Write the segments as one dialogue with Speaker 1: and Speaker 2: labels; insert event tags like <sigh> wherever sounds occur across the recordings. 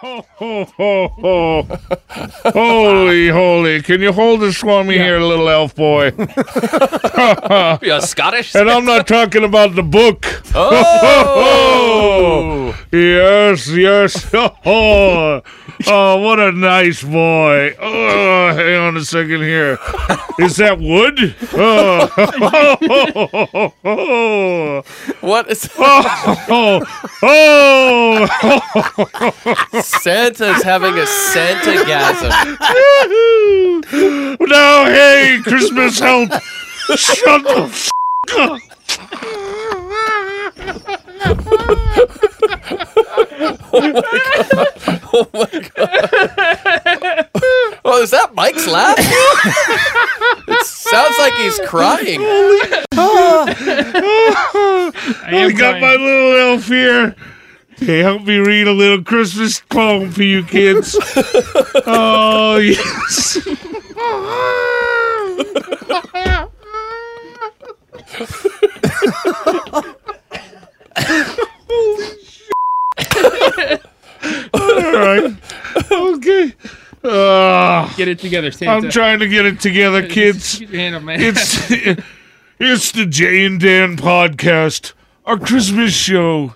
Speaker 1: Ho, ho, ho, ho. holy, holy. Can you hold this for me here, little elf boy?
Speaker 2: <laughs>
Speaker 3: You're Scottish?
Speaker 1: And I'm not talking about the book.
Speaker 3: Oh!
Speaker 1: Yes, yes. <laughs> Oh, oh, what a nice boy. Oh, hang on a second here. Is that wood? Oh, <laughs> oh, oh,
Speaker 3: What
Speaker 2: <laughs>
Speaker 3: is
Speaker 1: oh, oh, <laughs>
Speaker 3: Santa's having a Santa gasm.
Speaker 1: oh. Now, hey, Christmas help. Shut the f- up.
Speaker 3: Oh, is that Mike's
Speaker 2: <laughs>
Speaker 3: laugh? it sounds like he's crying.
Speaker 4: I
Speaker 1: I
Speaker 4: am
Speaker 1: got my
Speaker 4: crying.
Speaker 1: little elf here. Hey, help me read a little Christmas poem for you kids. oh, yes. All right. Okay. Ah,
Speaker 4: Get it together, Santa.
Speaker 1: I'm trying to get it together, kids.
Speaker 4: Get your hand up, man.
Speaker 1: <laughs> It's it's the Jay and Dan podcast, our Christmas show,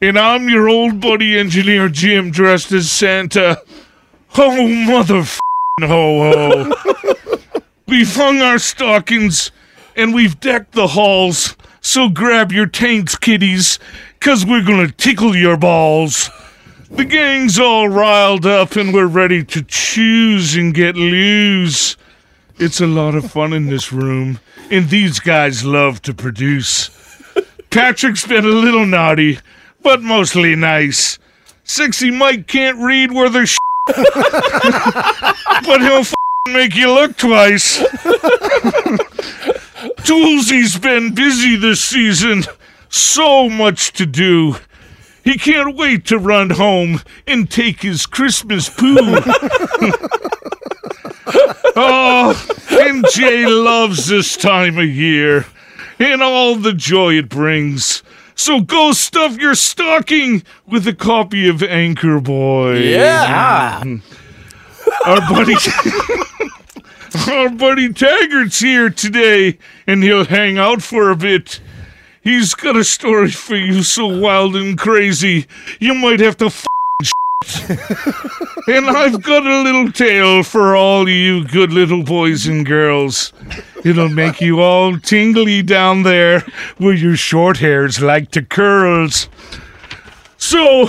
Speaker 1: and I'm your old buddy engineer Jim, dressed as Santa. Oh mother f- ho ho! we've hung our stockings and we've decked the halls. So grab your taints, kiddies, cause we're gonna tickle your balls. The gang's all riled up and we're ready to choose and get loose. It's a lot of fun in this room, and these guys love to produce. Patrick's been a little naughty, but mostly nice. Sexy Mike can't read worth a sh- but he'll f- make you look twice. Toolsy's been busy this season, so much to do. He can't wait to run home and take his Christmas poo. Oh, and Jay loves this time of year and all the joy it brings. So go stuff your stocking with a copy of Anchor Boy.
Speaker 3: Yeah.
Speaker 1: Our buddy Our buddy Taggart's here today and he'll hang out for a bit. He's got a story for you so wild and crazy, you might have to f <laughs> and I've got a little tale for all you good little boys and girls. It'll make you all tingly down there where your short hairs like to curls. So,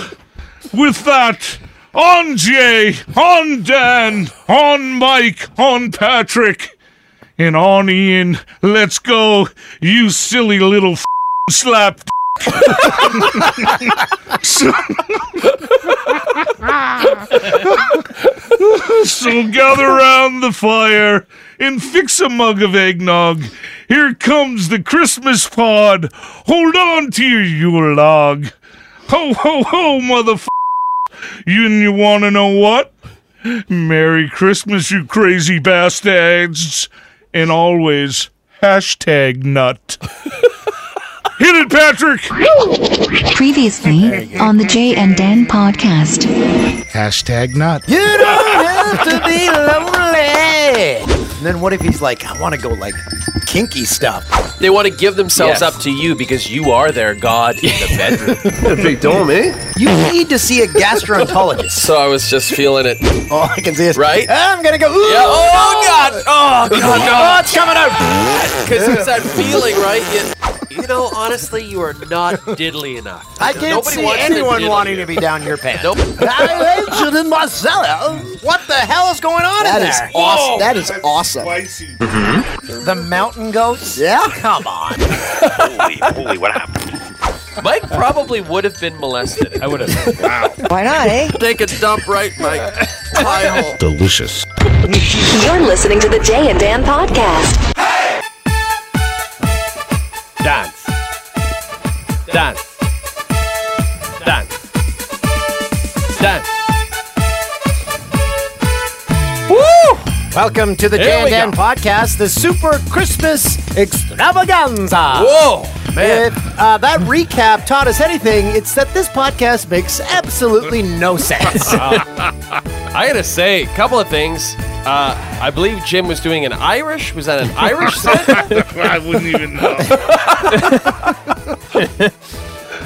Speaker 1: with that, on Jay, on Dan, on Mike, on Patrick, and on Ian, let's go, you silly little f- slap. so, <laughs> so gather round the fire and fix a mug of eggnog. Here comes the Christmas pod. Hold on to your Yule log. Ho, ho, ho, motherf. You and you want to know what? Merry Christmas, you crazy bastards. And always, hashtag nut. <laughs> Hit it, Patrick!
Speaker 5: Previously on the Jay and Dan podcast.
Speaker 6: Hashtag not.
Speaker 2: You don't have to be lonely. And then what if he's like, I want to go like kinky stuff?
Speaker 3: They want to give themselves
Speaker 2: Yes.
Speaker 3: up to you because you are their god in the
Speaker 2: <laughs>
Speaker 3: bedroom.
Speaker 7: Big Dome, eh?
Speaker 2: You need to see a gastroenterologist.
Speaker 3: so I was just feeling it. Yeah.
Speaker 2: <laughs> All I can see is "Ah,
Speaker 3: Right?
Speaker 2: I'm gonna go. Ooh,
Speaker 3: Oh, God. Oh,
Speaker 2: Oh,
Speaker 3: God.
Speaker 2: no, it's coming
Speaker 3: <laughs>
Speaker 2: out.
Speaker 3: Because it's that feeling, right? You, you know, honestly, you are not diddly enough.
Speaker 2: I can't
Speaker 3: Nobody
Speaker 2: see
Speaker 3: wants to
Speaker 2: anyone
Speaker 3: diddle
Speaker 2: wanting
Speaker 3: you.
Speaker 2: to be down your pants.
Speaker 3: Nope.
Speaker 2: <laughs> I mentioned in my cellar. What the hell is going on in there?
Speaker 3: awesome.
Speaker 8: That is awesome.
Speaker 2: Mm-hmm. the mountain goats? Yeah. Come on.
Speaker 9: holy, holy, what happened?
Speaker 3: Mike probably would have been molested. I would have.
Speaker 8: Why not, eh?
Speaker 3: Take a dump right, Mike. Pie hole.
Speaker 6: Delicious.
Speaker 5: You're listening to the Jay and Dan podcast.
Speaker 3: Dance. Dance. Dance. Dance.
Speaker 2: Welcome to the
Speaker 3: There
Speaker 2: Dan
Speaker 3: we
Speaker 2: Dan podcast, the Super Christmas Extravaganza.
Speaker 3: Whoa! man.
Speaker 2: If uh, that recap taught us anything, it's that this podcast makes absolutely no sense.
Speaker 3: I gotta say, a couple of things. Uh, I believe Jim was doing an Irish. Was that an <laughs> Irish set?
Speaker 1: I wouldn't even
Speaker 2: <laughs>
Speaker 1: know.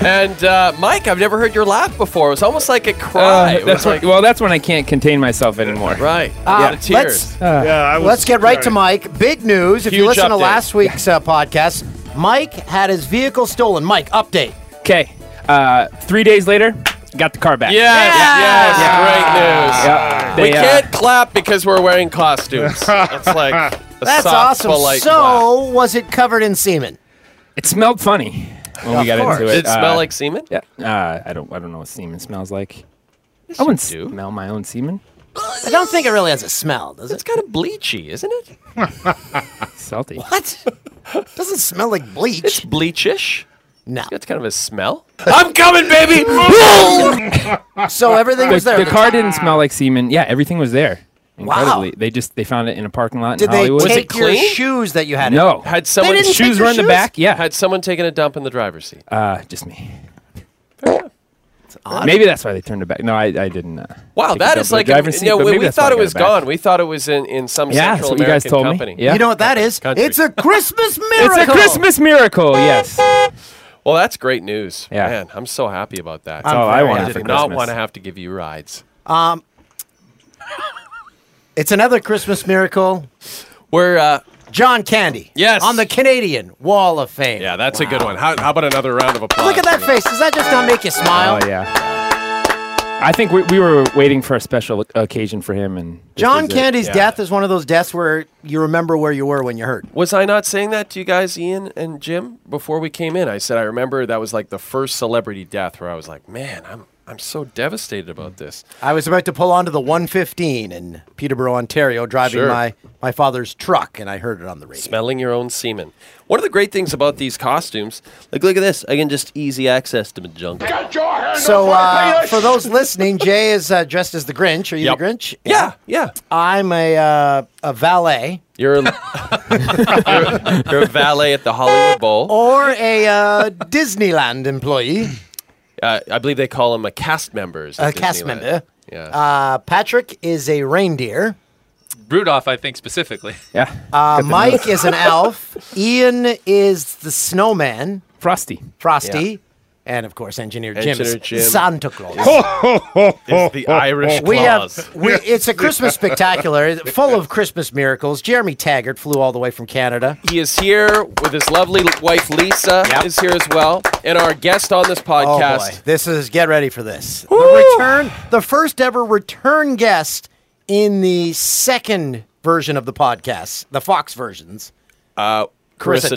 Speaker 3: And uh, Mike, I've never heard your laugh before. It was almost like a cry. it was
Speaker 4: that's
Speaker 3: like,
Speaker 4: when, well, that's when I can't contain myself anymore.
Speaker 3: right.
Speaker 2: Uh,
Speaker 3: yeah, the tears.
Speaker 2: Let's,
Speaker 1: Yeah, I was
Speaker 2: let's get right to
Speaker 1: sorry. <laughs>
Speaker 2: Mike. Big news. If you
Speaker 3: Huge
Speaker 2: listen to
Speaker 3: update.
Speaker 2: last week's uh, podcast, Mike had his vehicle stolen. Mike, update.
Speaker 4: Okay. Uh, three days later, got the car back.
Speaker 3: Yes, yes,
Speaker 4: Yep.
Speaker 3: great news. We
Speaker 4: They, uh,
Speaker 3: can't clap because we're wearing
Speaker 2: <laughs>
Speaker 3: costumes. That's like a
Speaker 2: That's
Speaker 3: soft,
Speaker 2: awesome.
Speaker 3: polite clap.
Speaker 2: so, was it covered in semen?
Speaker 4: It smelled funny when we got
Speaker 2: course.
Speaker 4: into it.
Speaker 3: did it smell
Speaker 4: Uh,
Speaker 3: like semen?
Speaker 4: Yeah. Uh, I don't. I don't know what semen smells like. I wouldn't
Speaker 3: you do.
Speaker 4: smell my own semen.
Speaker 2: I don't think it really has a smell, does it?
Speaker 3: It's kind of bleachy, isn't it?
Speaker 4: Salty.
Speaker 2: What? doesn't smell like
Speaker 3: It's
Speaker 2: bleach.
Speaker 3: bleachish.
Speaker 2: No.
Speaker 3: That's kind of a smell. <laughs> I'm coming, baby.
Speaker 2: So everything
Speaker 4: The,
Speaker 2: was there.
Speaker 4: the car didn't smell like semen. Yeah, everything was there.
Speaker 2: Wow.
Speaker 4: Incredibly, they just they found it in a parking lot
Speaker 2: Did
Speaker 4: in
Speaker 2: they
Speaker 4: Hollywood.
Speaker 3: it
Speaker 2: take your
Speaker 3: clean?
Speaker 2: shoes that you had? in?
Speaker 4: no.
Speaker 3: Had someone
Speaker 2: didn't
Speaker 4: shoes
Speaker 2: your
Speaker 4: were in the
Speaker 2: shoes?
Speaker 4: back. Yeah.
Speaker 3: had someone taken a dump in the driver's seat.
Speaker 4: Uh, just me. Maybe that's why they turned it back. No, I, I didn't. Uh,
Speaker 3: Wow,
Speaker 4: take
Speaker 3: that
Speaker 4: the
Speaker 3: is
Speaker 4: dump in the
Speaker 3: like a,
Speaker 4: driver's
Speaker 3: you know,
Speaker 4: seat, but
Speaker 3: we,
Speaker 4: maybe
Speaker 3: we
Speaker 4: that's why I
Speaker 3: thought it
Speaker 4: got
Speaker 3: was
Speaker 4: back.
Speaker 3: gone. We thought it was in, in some
Speaker 4: Yeah, that's
Speaker 3: Central
Speaker 4: what you guys
Speaker 3: American
Speaker 4: told
Speaker 3: company.
Speaker 4: me. Yeah,
Speaker 2: You know what that is?
Speaker 3: Country.
Speaker 2: It's a Christmas
Speaker 4: it's
Speaker 2: miracle.
Speaker 4: a Christmas miracle. Yes.
Speaker 3: Well, that's great news.
Speaker 4: Yeah.
Speaker 3: Man, I'm so happy about that.
Speaker 4: That's all I
Speaker 2: very
Speaker 4: wanted
Speaker 3: I
Speaker 4: for
Speaker 3: did not
Speaker 4: Christmas.
Speaker 3: want to have to give you rides.
Speaker 2: It's another Christmas miracle.
Speaker 3: We're uh,
Speaker 2: John Candy.
Speaker 3: Yes.
Speaker 2: On the Canadian Wall of Fame.
Speaker 3: yeah, that's a good one. How, how about another round of applause?
Speaker 2: Look at that face. Does that just not make you smile?
Speaker 4: Oh yeah. I think we, we were waiting for a special occasion for him and this
Speaker 2: John
Speaker 4: is it.
Speaker 2: Candy's
Speaker 3: Yeah.
Speaker 2: death is one of those deaths where you remember where you were when you heard.
Speaker 3: Was I not saying that to you guys, Ian and Jim, before we came in? I said I remember that was like the first celebrity death where I was like, man, I'm I'm so devastated
Speaker 2: Mm.
Speaker 3: about this.
Speaker 2: I was about to pull onto the 115 in Peterborough, Ontario, driving
Speaker 3: Sure.
Speaker 2: my, my father's truck, and I heard it on the radio.
Speaker 3: Smelling your own semen. One of the great things about these costumes, like look at this, I can just easy access to the junk.
Speaker 2: So, uh, for those listening, Jay is uh, dressed as the Grinch. Are you
Speaker 3: Yep.
Speaker 2: the Grinch?
Speaker 3: Yeah, yeah.
Speaker 2: I'm a, uh, a valet
Speaker 3: You're a,
Speaker 2: <laughs>
Speaker 3: you're, you're a <laughs> valet at the Hollywood Bowl.
Speaker 2: or a uh, <laughs> Disneyland employee,
Speaker 3: Uh, I believe they call them a cast members.
Speaker 2: a
Speaker 3: at
Speaker 2: cast
Speaker 3: Disneyland.
Speaker 2: member.
Speaker 3: Yeah.
Speaker 2: Uh, Patrick is a reindeer.
Speaker 7: Rudolph, I think specifically.
Speaker 4: Yeah.
Speaker 2: Uh, Mike is an elf. Ian is the snowman,
Speaker 4: Frosty.
Speaker 2: Frosty. And of course, Engineer Jim
Speaker 3: Engineer
Speaker 2: is
Speaker 3: Jim.
Speaker 2: Santa Claus.
Speaker 3: It's the Irish
Speaker 2: Oh, we
Speaker 3: claws.
Speaker 2: have we, it's a
Speaker 3: <laughs>
Speaker 2: Christmas spectacular full of Christmas miracles. Jeremy Taggart flew all the way from Canada.
Speaker 3: He is here with his lovely wife Lisa
Speaker 2: Yep.
Speaker 3: is here as well, and our guest on this
Speaker 2: Oh boy,
Speaker 3: podcast.
Speaker 2: this is get ready for this. The return, the first ever return guest in the second version of the podcast, the Fox versions.
Speaker 3: Carissa
Speaker 2: Carissa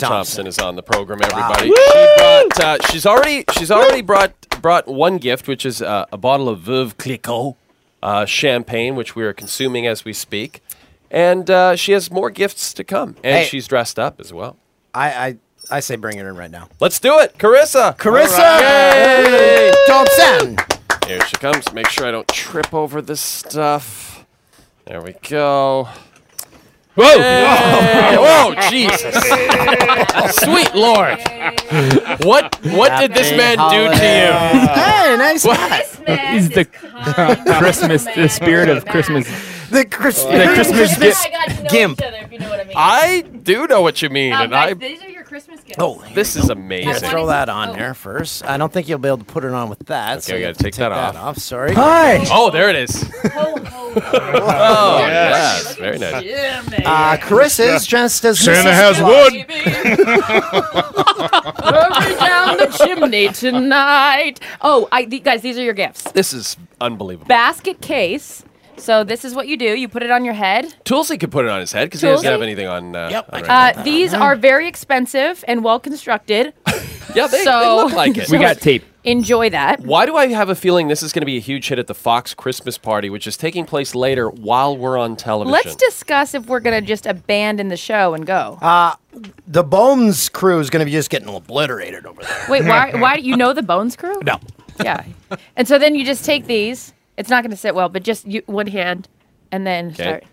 Speaker 3: Thompson.
Speaker 2: Thompson
Speaker 3: is on the program. Everybody, she brought, uh, she's already she's already brought brought one gift, which is uh, a bottle of Veuve Clicquot uh, champagne, which we are consuming as we speak, and uh, she has more gifts to come, and
Speaker 2: Hey.
Speaker 3: she's dressed up as well.
Speaker 2: I I, I say bring it in right now.
Speaker 3: Let's do it, Carissa.
Speaker 2: Carissa
Speaker 3: Yay!
Speaker 2: Thompson.
Speaker 3: Here she comes. Make sure I don't trip over this stuff. There we go.
Speaker 4: Whoa.
Speaker 3: Hey, Whoa, Jesus! <laughs> Sweet Lord! What what did this man do to you?
Speaker 2: Hey, nice hat.
Speaker 4: He's the Christmas, the spirit of Christmas.
Speaker 2: The, Chris,
Speaker 4: The Christmas gift.
Speaker 10: I got to know
Speaker 2: Gimp.
Speaker 10: each other, if you know what I mean.
Speaker 3: I do know what you mean,
Speaker 10: Um,
Speaker 3: and
Speaker 10: guys,
Speaker 3: I.
Speaker 10: these are your Christmas gifts.
Speaker 2: Oh,
Speaker 3: This is
Speaker 2: here,
Speaker 3: amazing.
Speaker 10: That's
Speaker 2: throw that on
Speaker 10: Oh.
Speaker 2: there first. I don't think you'll be able to put it on with that. so
Speaker 3: I
Speaker 2: you
Speaker 3: gotta
Speaker 2: have to
Speaker 3: take that off.
Speaker 2: Sorry.
Speaker 4: Hi.
Speaker 3: Oh, there it is.
Speaker 10: Ho, ho, ho.
Speaker 3: Oh,
Speaker 1: Yes.
Speaker 3: yes, <laughs> very nice.
Speaker 10: Jimmy.
Speaker 2: Uh, Chris is dressed as
Speaker 1: Santa
Speaker 2: Mrs.
Speaker 1: has
Speaker 2: Claus.
Speaker 1: wood.
Speaker 10: Over down the chimney tonight. Oh, I, the, guys, these are your gifts.
Speaker 3: This is unbelievable.
Speaker 10: Basket case. So this is what you do. You put it on your head.
Speaker 3: Toolsy could put it on his head because he doesn't
Speaker 10: Toolsy?
Speaker 3: have anything on. Uh,
Speaker 2: Yep, I
Speaker 3: on right
Speaker 10: Uh, these are very expensive and well constructed.
Speaker 3: now. <laughs> yeah, they, they
Speaker 10: so-
Speaker 3: look like
Speaker 11: <laughs>
Speaker 3: it.
Speaker 4: We got tape.
Speaker 10: Enjoy that.
Speaker 3: Why do I have a feeling this is going to be a huge hit at the Fox Christmas party, which is taking place later while we're on television?
Speaker 10: Let's discuss if we're gonna just abandon the show and go.
Speaker 2: The Bones crew is going to be just getting obliterated over there.
Speaker 10: Wait, why? Why you know the Bones Crew?
Speaker 2: <laughs> No.
Speaker 10: Yeah. And so then you just take these. It's not going to sit well, but just you, one hand, and then start.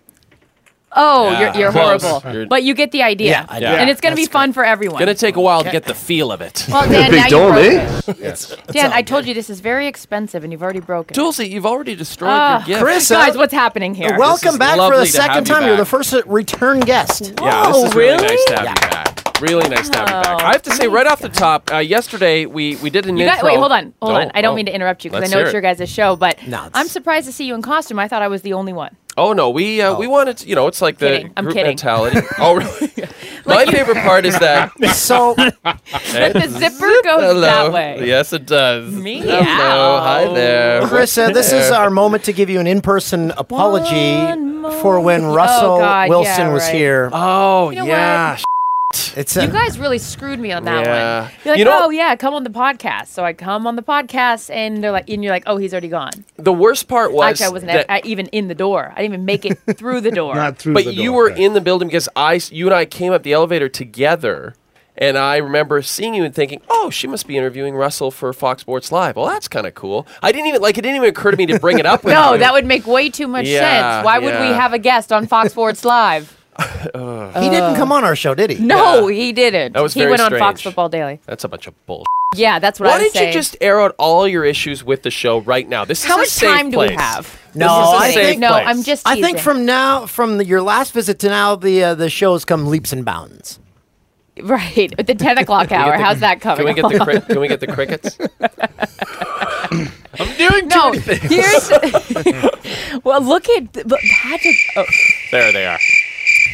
Speaker 10: Oh,
Speaker 3: Yeah.
Speaker 10: you're, you're
Speaker 3: Close.
Speaker 10: horrible.
Speaker 3: You're-
Speaker 10: But you get the idea.
Speaker 2: Yeah, I
Speaker 3: do.
Speaker 10: And it's going to be fun for everyone.
Speaker 3: Gonna take a while to get the feel of it.
Speaker 10: well, Dan, now
Speaker 12: Big
Speaker 10: you
Speaker 12: dome,
Speaker 10: broke
Speaker 12: eh?
Speaker 10: it. Dan, I told you this is very expensive and you've already broken it.
Speaker 3: Tulsi, you've already destroyed
Speaker 10: Ah,
Speaker 3: your gift.
Speaker 2: Chris,
Speaker 10: guys, what's happening here?
Speaker 3: This
Speaker 2: Welcome
Speaker 3: is
Speaker 2: back for
Speaker 3: lovely
Speaker 2: the
Speaker 3: to
Speaker 2: second
Speaker 3: have you
Speaker 2: time. You're the
Speaker 3: back.
Speaker 2: first return guest.
Speaker 3: Yeah,
Speaker 10: Whoa,
Speaker 3: this is really,
Speaker 10: Oh, really? Oh,
Speaker 3: nice to have you back. Really nice to have you back. I have to say right off the top, uh, yesterday we, we did an
Speaker 10: You guys,
Speaker 3: intro.
Speaker 10: wait, hold on, hold on. I don't
Speaker 3: oh.
Speaker 10: mean to interrupt you because
Speaker 3: Let's
Speaker 10: I know
Speaker 3: hear
Speaker 10: it's
Speaker 3: it.
Speaker 10: your guys' show, but
Speaker 2: No, it's-
Speaker 10: I'm surprised to see you in costume. I thought I was the only one.
Speaker 3: Oh no, we uh, we wanted to, you know it's like the
Speaker 10: Kidding. I'm
Speaker 3: group
Speaker 10: kidding.
Speaker 3: mentality.
Speaker 10: <laughs>
Speaker 3: oh really? <laughs> My favorite part is that <laughs>
Speaker 2: So
Speaker 10: The zipper goes
Speaker 3: Hello.
Speaker 10: that way.
Speaker 3: Yes, it does.
Speaker 10: Meow.
Speaker 3: Hello, hi there,
Speaker 2: Chris, uh, this is our moment to give you an in-person apology for when Russell
Speaker 10: Oh, God,
Speaker 2: Wilson
Speaker 10: yeah,
Speaker 2: was
Speaker 10: right.
Speaker 2: here.
Speaker 3: Oh
Speaker 10: You know
Speaker 3: yeah,
Speaker 10: what?
Speaker 3: sh-
Speaker 2: It's a,
Speaker 10: You guys really screwed me on that
Speaker 3: Yeah.
Speaker 10: one. You're like,
Speaker 3: You know-
Speaker 10: oh yeah, come on the podcast. So I come on the podcast, and they're like, and you're like, oh, he's already gone.
Speaker 3: the worst part was
Speaker 10: Actually, I wasn't
Speaker 3: that-
Speaker 10: e- I- even in the door. I didn't
Speaker 3: <laughs>
Speaker 10: even make it through the door.
Speaker 1: Not through
Speaker 3: but
Speaker 1: the
Speaker 3: you
Speaker 1: door,
Speaker 3: were
Speaker 1: right.
Speaker 3: in the building because I, s- you and I came up the elevator together, and I remember seeing you and thinking, "Oh, she must be interviewing Russell for Fox Sports Live." Well, that's kind of cool. I didn't even like it. Didn't even occur to me to bring it
Speaker 10: <laughs>
Speaker 3: up. With
Speaker 10: no,
Speaker 3: you.
Speaker 10: that would make way too much
Speaker 3: Yeah,
Speaker 10: sense. Why would we
Speaker 3: yeah.
Speaker 10: have a guest on Fox
Speaker 3: <laughs>
Speaker 10: Sports Live?
Speaker 2: he didn't come on our show, did he?
Speaker 10: No, he didn't.
Speaker 3: That was
Speaker 10: he
Speaker 3: very
Speaker 10: went on Fox
Speaker 3: strange.
Speaker 10: Football Daily.
Speaker 3: That's a bunch of bull.
Speaker 10: Yeah, that's what
Speaker 3: Why
Speaker 10: I was
Speaker 3: didn't
Speaker 10: saying.
Speaker 3: you just air out all your issues with the show right now? This
Speaker 10: How
Speaker 3: is a
Speaker 10: much
Speaker 3: safe
Speaker 10: time do we
Speaker 3: place.
Speaker 10: have?
Speaker 2: No,
Speaker 3: This is a
Speaker 2: I
Speaker 3: safe
Speaker 2: think-
Speaker 10: Oh, no,
Speaker 3: place.
Speaker 10: I'm just.
Speaker 2: I think
Speaker 10: teasing.
Speaker 2: from now, from the, your last visit to now, the uh, the show has come leaps and bounds.
Speaker 10: <laughs> right at the ten o'clock
Speaker 3: Can we
Speaker 10: hour.
Speaker 3: get the-
Speaker 10: How's that coming?
Speaker 3: Can we get the cri- can we get the crickets? I'm doing too
Speaker 10: <laughs> No,
Speaker 3: many things.
Speaker 10: here's. <laughs> well, look at the- look, Patrick. Oh,
Speaker 3: <laughs> There they are.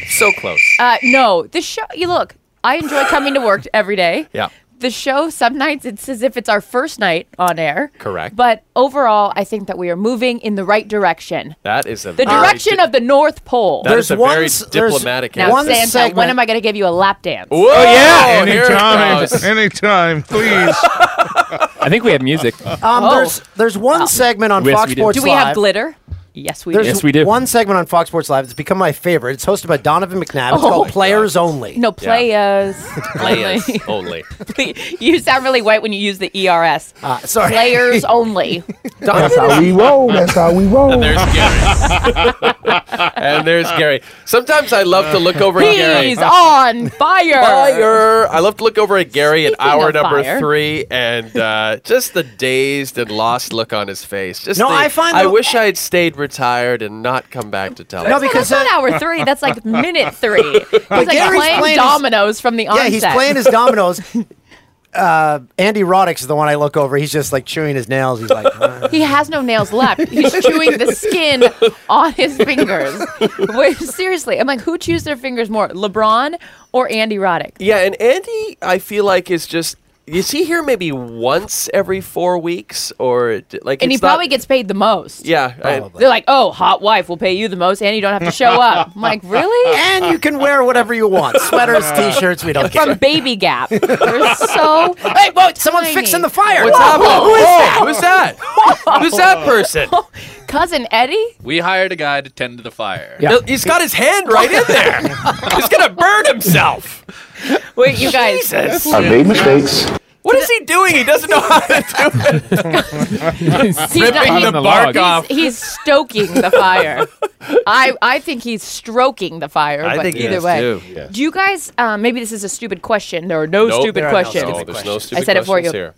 Speaker 3: So close.
Speaker 10: uh, no, the show. You look. I enjoy coming to work every day.
Speaker 3: Yeah.
Speaker 10: The show. Some nights it's as if it's our first night on air.
Speaker 3: Correct.
Speaker 10: But overall, I think that we are moving in the right direction.
Speaker 3: That is a
Speaker 10: The direction of the North Pole.
Speaker 3: That is a very
Speaker 2: s-
Speaker 3: diplomatic
Speaker 10: now,
Speaker 3: Now,
Speaker 2: one
Speaker 10: Santa,
Speaker 2: segment.
Speaker 10: when am I going to give you a lap dance?
Speaker 3: Whoa, oh yeah,
Speaker 1: anytime, <laughs> anytime, please.
Speaker 4: I think we have music.
Speaker 2: um,
Speaker 10: Oh.
Speaker 2: There's there's one segment on
Speaker 4: Yes,
Speaker 2: Fox
Speaker 4: we do.
Speaker 2: Sports
Speaker 10: Do we have
Speaker 2: Live.
Speaker 10: glitter? Yes, we
Speaker 2: There's
Speaker 10: do.
Speaker 4: Yes, we do.
Speaker 2: One segment on Fox Sports Live that's become my favorite. It's hosted by Donovan McNabb. It's
Speaker 10: Oh
Speaker 2: called
Speaker 10: my
Speaker 2: Players Only.
Speaker 10: No players. <laughs>
Speaker 3: Players only.
Speaker 10: you sound really white when you use the ers.
Speaker 2: Uh, sorry.
Speaker 10: Players only.
Speaker 12: That's how we roll. That's how we roll.
Speaker 3: There's Gary. <laughs> and there's Gary. Sometimes I love to look over at Gary.
Speaker 10: He's on fire.
Speaker 3: Fire! I love to look over at Gary at
Speaker 10: Speaking
Speaker 3: hour
Speaker 10: of
Speaker 3: number
Speaker 10: fire.
Speaker 3: three, and uh, just the dazed and lost look on his face. Just
Speaker 2: No,
Speaker 3: the-
Speaker 2: I find
Speaker 3: I
Speaker 2: the-
Speaker 3: wish I had stayed retired and not come back to television.
Speaker 2: No, because
Speaker 10: That's
Speaker 2: uh,
Speaker 10: not hour three. That's
Speaker 2: <laughs>
Speaker 10: like minute three. He's like
Speaker 2: Gary's
Speaker 10: playing,
Speaker 2: playing his-
Speaker 10: dominoes from the onset.
Speaker 2: yeah, he's playing his dominoes.
Speaker 10: <laughs>
Speaker 2: Uh, Andy Roddick's the one I look over. He's just like chewing his nails. He's like, uh,
Speaker 10: He has no nails
Speaker 2: <laughs>
Speaker 10: left. He's chewing the skin on his fingers. Wait, seriously, I'm like, who chews their fingers more, LeBron or Andy Roddick?
Speaker 3: Yeah, and Andy, I feel like is just is he here maybe once every four weeks or d- like?
Speaker 10: And he
Speaker 3: it's not-
Speaker 10: probably gets paid the most.
Speaker 3: Yeah, I-
Speaker 10: They're like, oh, hot wife, we'll pay you the most, and you don't have to show up. I'm like, really?
Speaker 2: <laughs> and you can wear whatever you
Speaker 10: <laughs>
Speaker 2: want sweaters, t shirts, we don't
Speaker 10: From
Speaker 2: care. <laughs>
Speaker 10: Baby Gap. They're so. Hey, whoa,
Speaker 2: Someone's fixing the fire.
Speaker 3: What's up? Who is
Speaker 2: Oh.
Speaker 3: that? Who's that? Who's that person?
Speaker 10: Cousin Eddie?
Speaker 7: We hired a guy to tend to the fire.
Speaker 3: No, He's got his hand right in there.
Speaker 10: <laughs>
Speaker 3: He's gonna burn himself.
Speaker 10: Wait, you guys.
Speaker 3: Jesus,
Speaker 12: I made mistakes.
Speaker 3: what is he doing? He doesn't know how to do it.
Speaker 10: He's not-
Speaker 4: Ripping
Speaker 10: he's-
Speaker 4: the bark
Speaker 10: he's-
Speaker 3: off.
Speaker 10: He's stoking
Speaker 4: <laughs>
Speaker 10: the fire. I I think he's stroking the fire.
Speaker 3: I
Speaker 10: but
Speaker 3: think he
Speaker 10: either
Speaker 3: is,
Speaker 10: way,
Speaker 3: too.
Speaker 10: do you guys? Um, maybe this is a stupid question. There are no stupid
Speaker 2: there are no
Speaker 10: questions.
Speaker 2: stupid
Speaker 3: there's no
Speaker 10: I said it for you.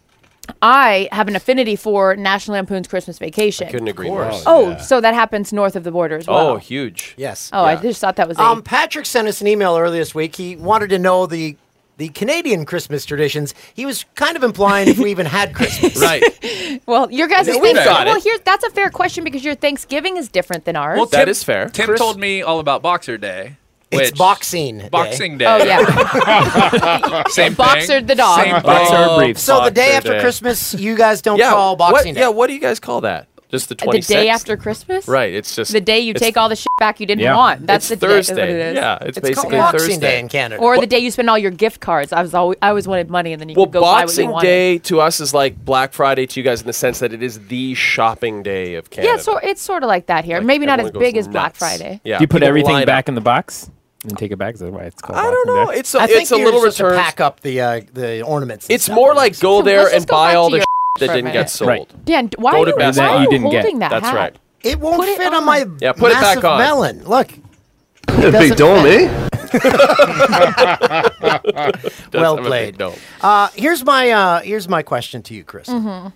Speaker 10: I have an affinity for National Lampoon's Christmas Vacation.
Speaker 3: Couldn't agree more.
Speaker 10: oh, so that happens north of the border as well.
Speaker 3: Oh,
Speaker 10: <laughs>
Speaker 3: huge.
Speaker 2: Yes.
Speaker 10: Oh, I just thought that was.
Speaker 2: Um,
Speaker 10: Um,
Speaker 2: Patrick sent us an email earlier this week. He wanted to know the the Canadian Christmas traditions. He was kind of implying if we
Speaker 3: <laughs>
Speaker 2: even had Christmas.
Speaker 3: Right.
Speaker 10: well, your guys'
Speaker 3: Yeah,
Speaker 10: are
Speaker 3: we've got
Speaker 10: Well,
Speaker 3: it.
Speaker 10: here that's a fair question because your Thanksgiving is different than ours.
Speaker 3: That is fair.
Speaker 7: Tim
Speaker 3: Chris-
Speaker 7: told me all about Boxer Day.
Speaker 2: It's
Speaker 7: which-
Speaker 2: boxing. day.
Speaker 7: Boxing Day.
Speaker 10: oh
Speaker 3: <laughs>
Speaker 10: yeah,
Speaker 7: Same
Speaker 10: Oh, Boxer
Speaker 7: thing.
Speaker 10: the dog.
Speaker 7: Same
Speaker 4: Boxer
Speaker 13: <laughs>
Speaker 3: Oh,
Speaker 7: thing.
Speaker 4: briefs.
Speaker 2: So the day
Speaker 3: Boxer
Speaker 2: after
Speaker 3: Day.
Speaker 2: Christmas, you guys don't
Speaker 3: Yeah.
Speaker 2: call
Speaker 3: what,
Speaker 2: Boxing Day.
Speaker 3: Yeah. What do you guys call that? Just the 26th?
Speaker 10: the day after Christmas.
Speaker 3: Right. It's just
Speaker 10: The day you
Speaker 3: it's
Speaker 10: take all the shit back you didn't
Speaker 4: Yeah.
Speaker 10: want. That's
Speaker 3: it's
Speaker 10: the
Speaker 3: Thursday.
Speaker 10: day. Is what it is.
Speaker 3: Yeah, it's,
Speaker 2: It's called
Speaker 3: basically
Speaker 2: Boxing
Speaker 3: Thursday.
Speaker 2: Day in Canada.
Speaker 10: Or the day you spend all your gift cards. I was always, I always wanted money, and then you
Speaker 3: well,
Speaker 10: could go buy what
Speaker 3: Boxing
Speaker 10: you wanted.
Speaker 3: Day to us is like Black Friday to you guys in the sense that it is the shopping day of Canada.
Speaker 10: Yeah, so it's sort of like that here.
Speaker 3: Like,
Speaker 10: Maybe not as
Speaker 3: everyone goes
Speaker 10: big as Black
Speaker 3: nuts.
Speaker 10: Friday.
Speaker 3: Yeah,
Speaker 4: Do you put
Speaker 3: people
Speaker 4: everything
Speaker 3: line
Speaker 4: back
Speaker 3: up.
Speaker 4: in the box and take it back? Is that why it's called?
Speaker 3: I don't
Speaker 4: Boxing
Speaker 3: know.
Speaker 4: Day?
Speaker 3: It's a,
Speaker 2: I think
Speaker 3: it's a
Speaker 2: you're
Speaker 3: little
Speaker 2: supposed to
Speaker 3: return.
Speaker 2: pack up the uh, the ornaments. and
Speaker 3: It's
Speaker 2: stuff.
Speaker 3: more like go
Speaker 10: So
Speaker 3: there
Speaker 10: let's
Speaker 3: and
Speaker 10: just go
Speaker 3: buy
Speaker 10: back
Speaker 3: all
Speaker 10: to
Speaker 3: the
Speaker 10: your
Speaker 3: that
Speaker 10: for a
Speaker 3: didn't
Speaker 10: minute.
Speaker 3: get sold.
Speaker 4: Right.
Speaker 10: Dan, d- why
Speaker 3: Go
Speaker 10: are
Speaker 3: to
Speaker 10: you,
Speaker 3: bed.
Speaker 10: why
Speaker 3: That
Speaker 10: are
Speaker 4: you
Speaker 10: you
Speaker 4: didn't get.
Speaker 10: holding that
Speaker 3: That's
Speaker 10: hat?
Speaker 3: right.
Speaker 2: it won't
Speaker 10: Put it
Speaker 2: fit on.
Speaker 10: on.
Speaker 2: my
Speaker 3: Yeah, put it
Speaker 2: massive
Speaker 3: back on.
Speaker 2: melon. Look, It
Speaker 3: Big
Speaker 2: doesn't
Speaker 3: dome,
Speaker 2: fit.
Speaker 3: eh?
Speaker 2: well
Speaker 3: have a big
Speaker 2: played.
Speaker 3: dome. <laughs>
Speaker 2: Uh, here's my uh, here's my question to you, Chris.
Speaker 10: Mm-hmm.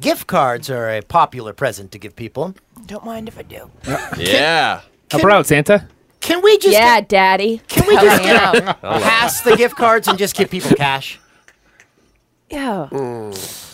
Speaker 2: Gift cards are a popular present to give people.
Speaker 10: Don't mind if I do.
Speaker 3: Yeah.
Speaker 4: Help her out, Santa.
Speaker 2: Can we just
Speaker 10: Yeah, Daddy. Can
Speaker 2: we just get
Speaker 4: Hello.
Speaker 2: pass the gift cards and just give people cash?
Speaker 10: Yeah.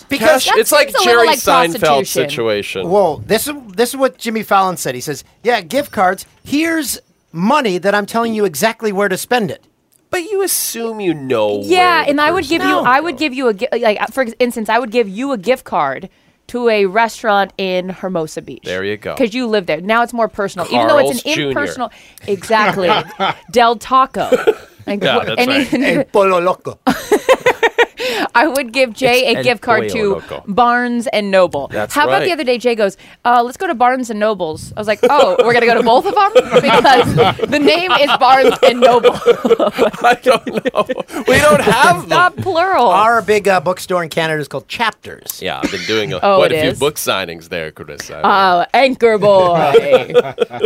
Speaker 2: Because
Speaker 3: Cash- it's like Jerry Seinfeld situation.
Speaker 2: Whoa, this is this is what Jimmy Fallon said. He says, "Yeah, gift cards. Here's money that I'm telling you exactly where to spend it."
Speaker 3: But you assume you know.
Speaker 10: Yeah, and I would give you
Speaker 2: No.
Speaker 3: <laughs>
Speaker 10: I would give you a gi- like uh, for instance, I would give you a gift card to a restaurant in Hermosa Beach.
Speaker 3: There you go.
Speaker 10: Because you live there. Now it's more personal. Even though it's
Speaker 3: Carl's
Speaker 10: an
Speaker 3: Jr..
Speaker 10: impersonal
Speaker 3: <laughs>
Speaker 10: Exactly. Del Taco. Like,
Speaker 3: Yeah,
Speaker 10: what-
Speaker 3: that's
Speaker 10: any-
Speaker 3: right.
Speaker 2: El Polo Loco.
Speaker 10: <laughs> I would give Jay
Speaker 2: It's
Speaker 10: a
Speaker 2: El
Speaker 10: gift card
Speaker 2: Pollo
Speaker 10: to
Speaker 2: Loco.
Speaker 10: Barnes and Noble.
Speaker 2: That's
Speaker 10: How about
Speaker 2: right.
Speaker 10: the other day? Jay goes, uh, "Let's go to Barnes and Nobles." I was like, "Oh, we're gonna go to both
Speaker 3: <laughs>
Speaker 10: of them because the name is Barnes and Noble."
Speaker 3: We don't have <laughs>
Speaker 10: Stop plural.
Speaker 2: Our big uh, bookstore in Canada is called Chapters.
Speaker 3: Yeah, I've been doing a,
Speaker 10: Oh,
Speaker 3: quite
Speaker 10: it
Speaker 3: a few
Speaker 10: is?
Speaker 3: book signings there, Chris. I-
Speaker 10: Oh,
Speaker 4: <laughs>
Speaker 3: <laughs>
Speaker 10: anchor boy.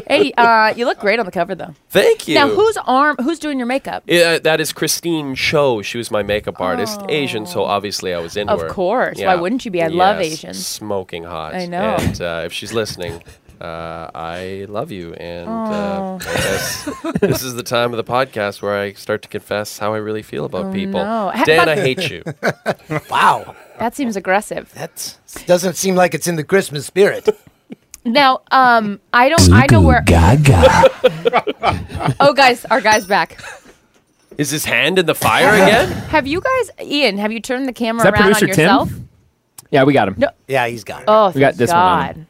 Speaker 10: hey, uh, you look great on the cover though.
Speaker 3: Thank you.
Speaker 10: Now, whose arm? Who's doing your makeup?
Speaker 3: Yeah, that is Christine Cho. She was my makeup artist, Asian, so obviously I was into
Speaker 10: Oh. Of
Speaker 3: her.
Speaker 10: course. Why wouldn't you be? I love
Speaker 3: Yes,
Speaker 10: Asians.
Speaker 3: Smoking hot.
Speaker 10: I know.
Speaker 3: And uh, if she's listening, uh, I love you. And uh,
Speaker 10: Oh.
Speaker 3: I
Speaker 10: <laughs>
Speaker 3: guess this is the time of the podcast where I start to confess how I really feel about
Speaker 10: Oh,
Speaker 3: people.
Speaker 10: no. Ha-
Speaker 3: Dan,
Speaker 10: but-
Speaker 3: I hate you.
Speaker 2: Wow,
Speaker 10: That seems aggressive.
Speaker 2: That's doesn't seem like it's in the Christmas spirit.
Speaker 10: now. Um, I don't. I know where.
Speaker 2: Gaga.
Speaker 10: <laughs> Oh, guys, our guy's back.
Speaker 3: <laughs> Is his hand in the fire again?
Speaker 10: Have you guys, Ian? Have you turned the camera
Speaker 4: Is that
Speaker 10: around
Speaker 4: producer
Speaker 10: on yourself?
Speaker 4: Tim? Yeah, we got him.
Speaker 10: No.
Speaker 2: Yeah, he's got it.
Speaker 10: Oh,
Speaker 4: We got
Speaker 10: thank
Speaker 4: this one on
Speaker 10: God.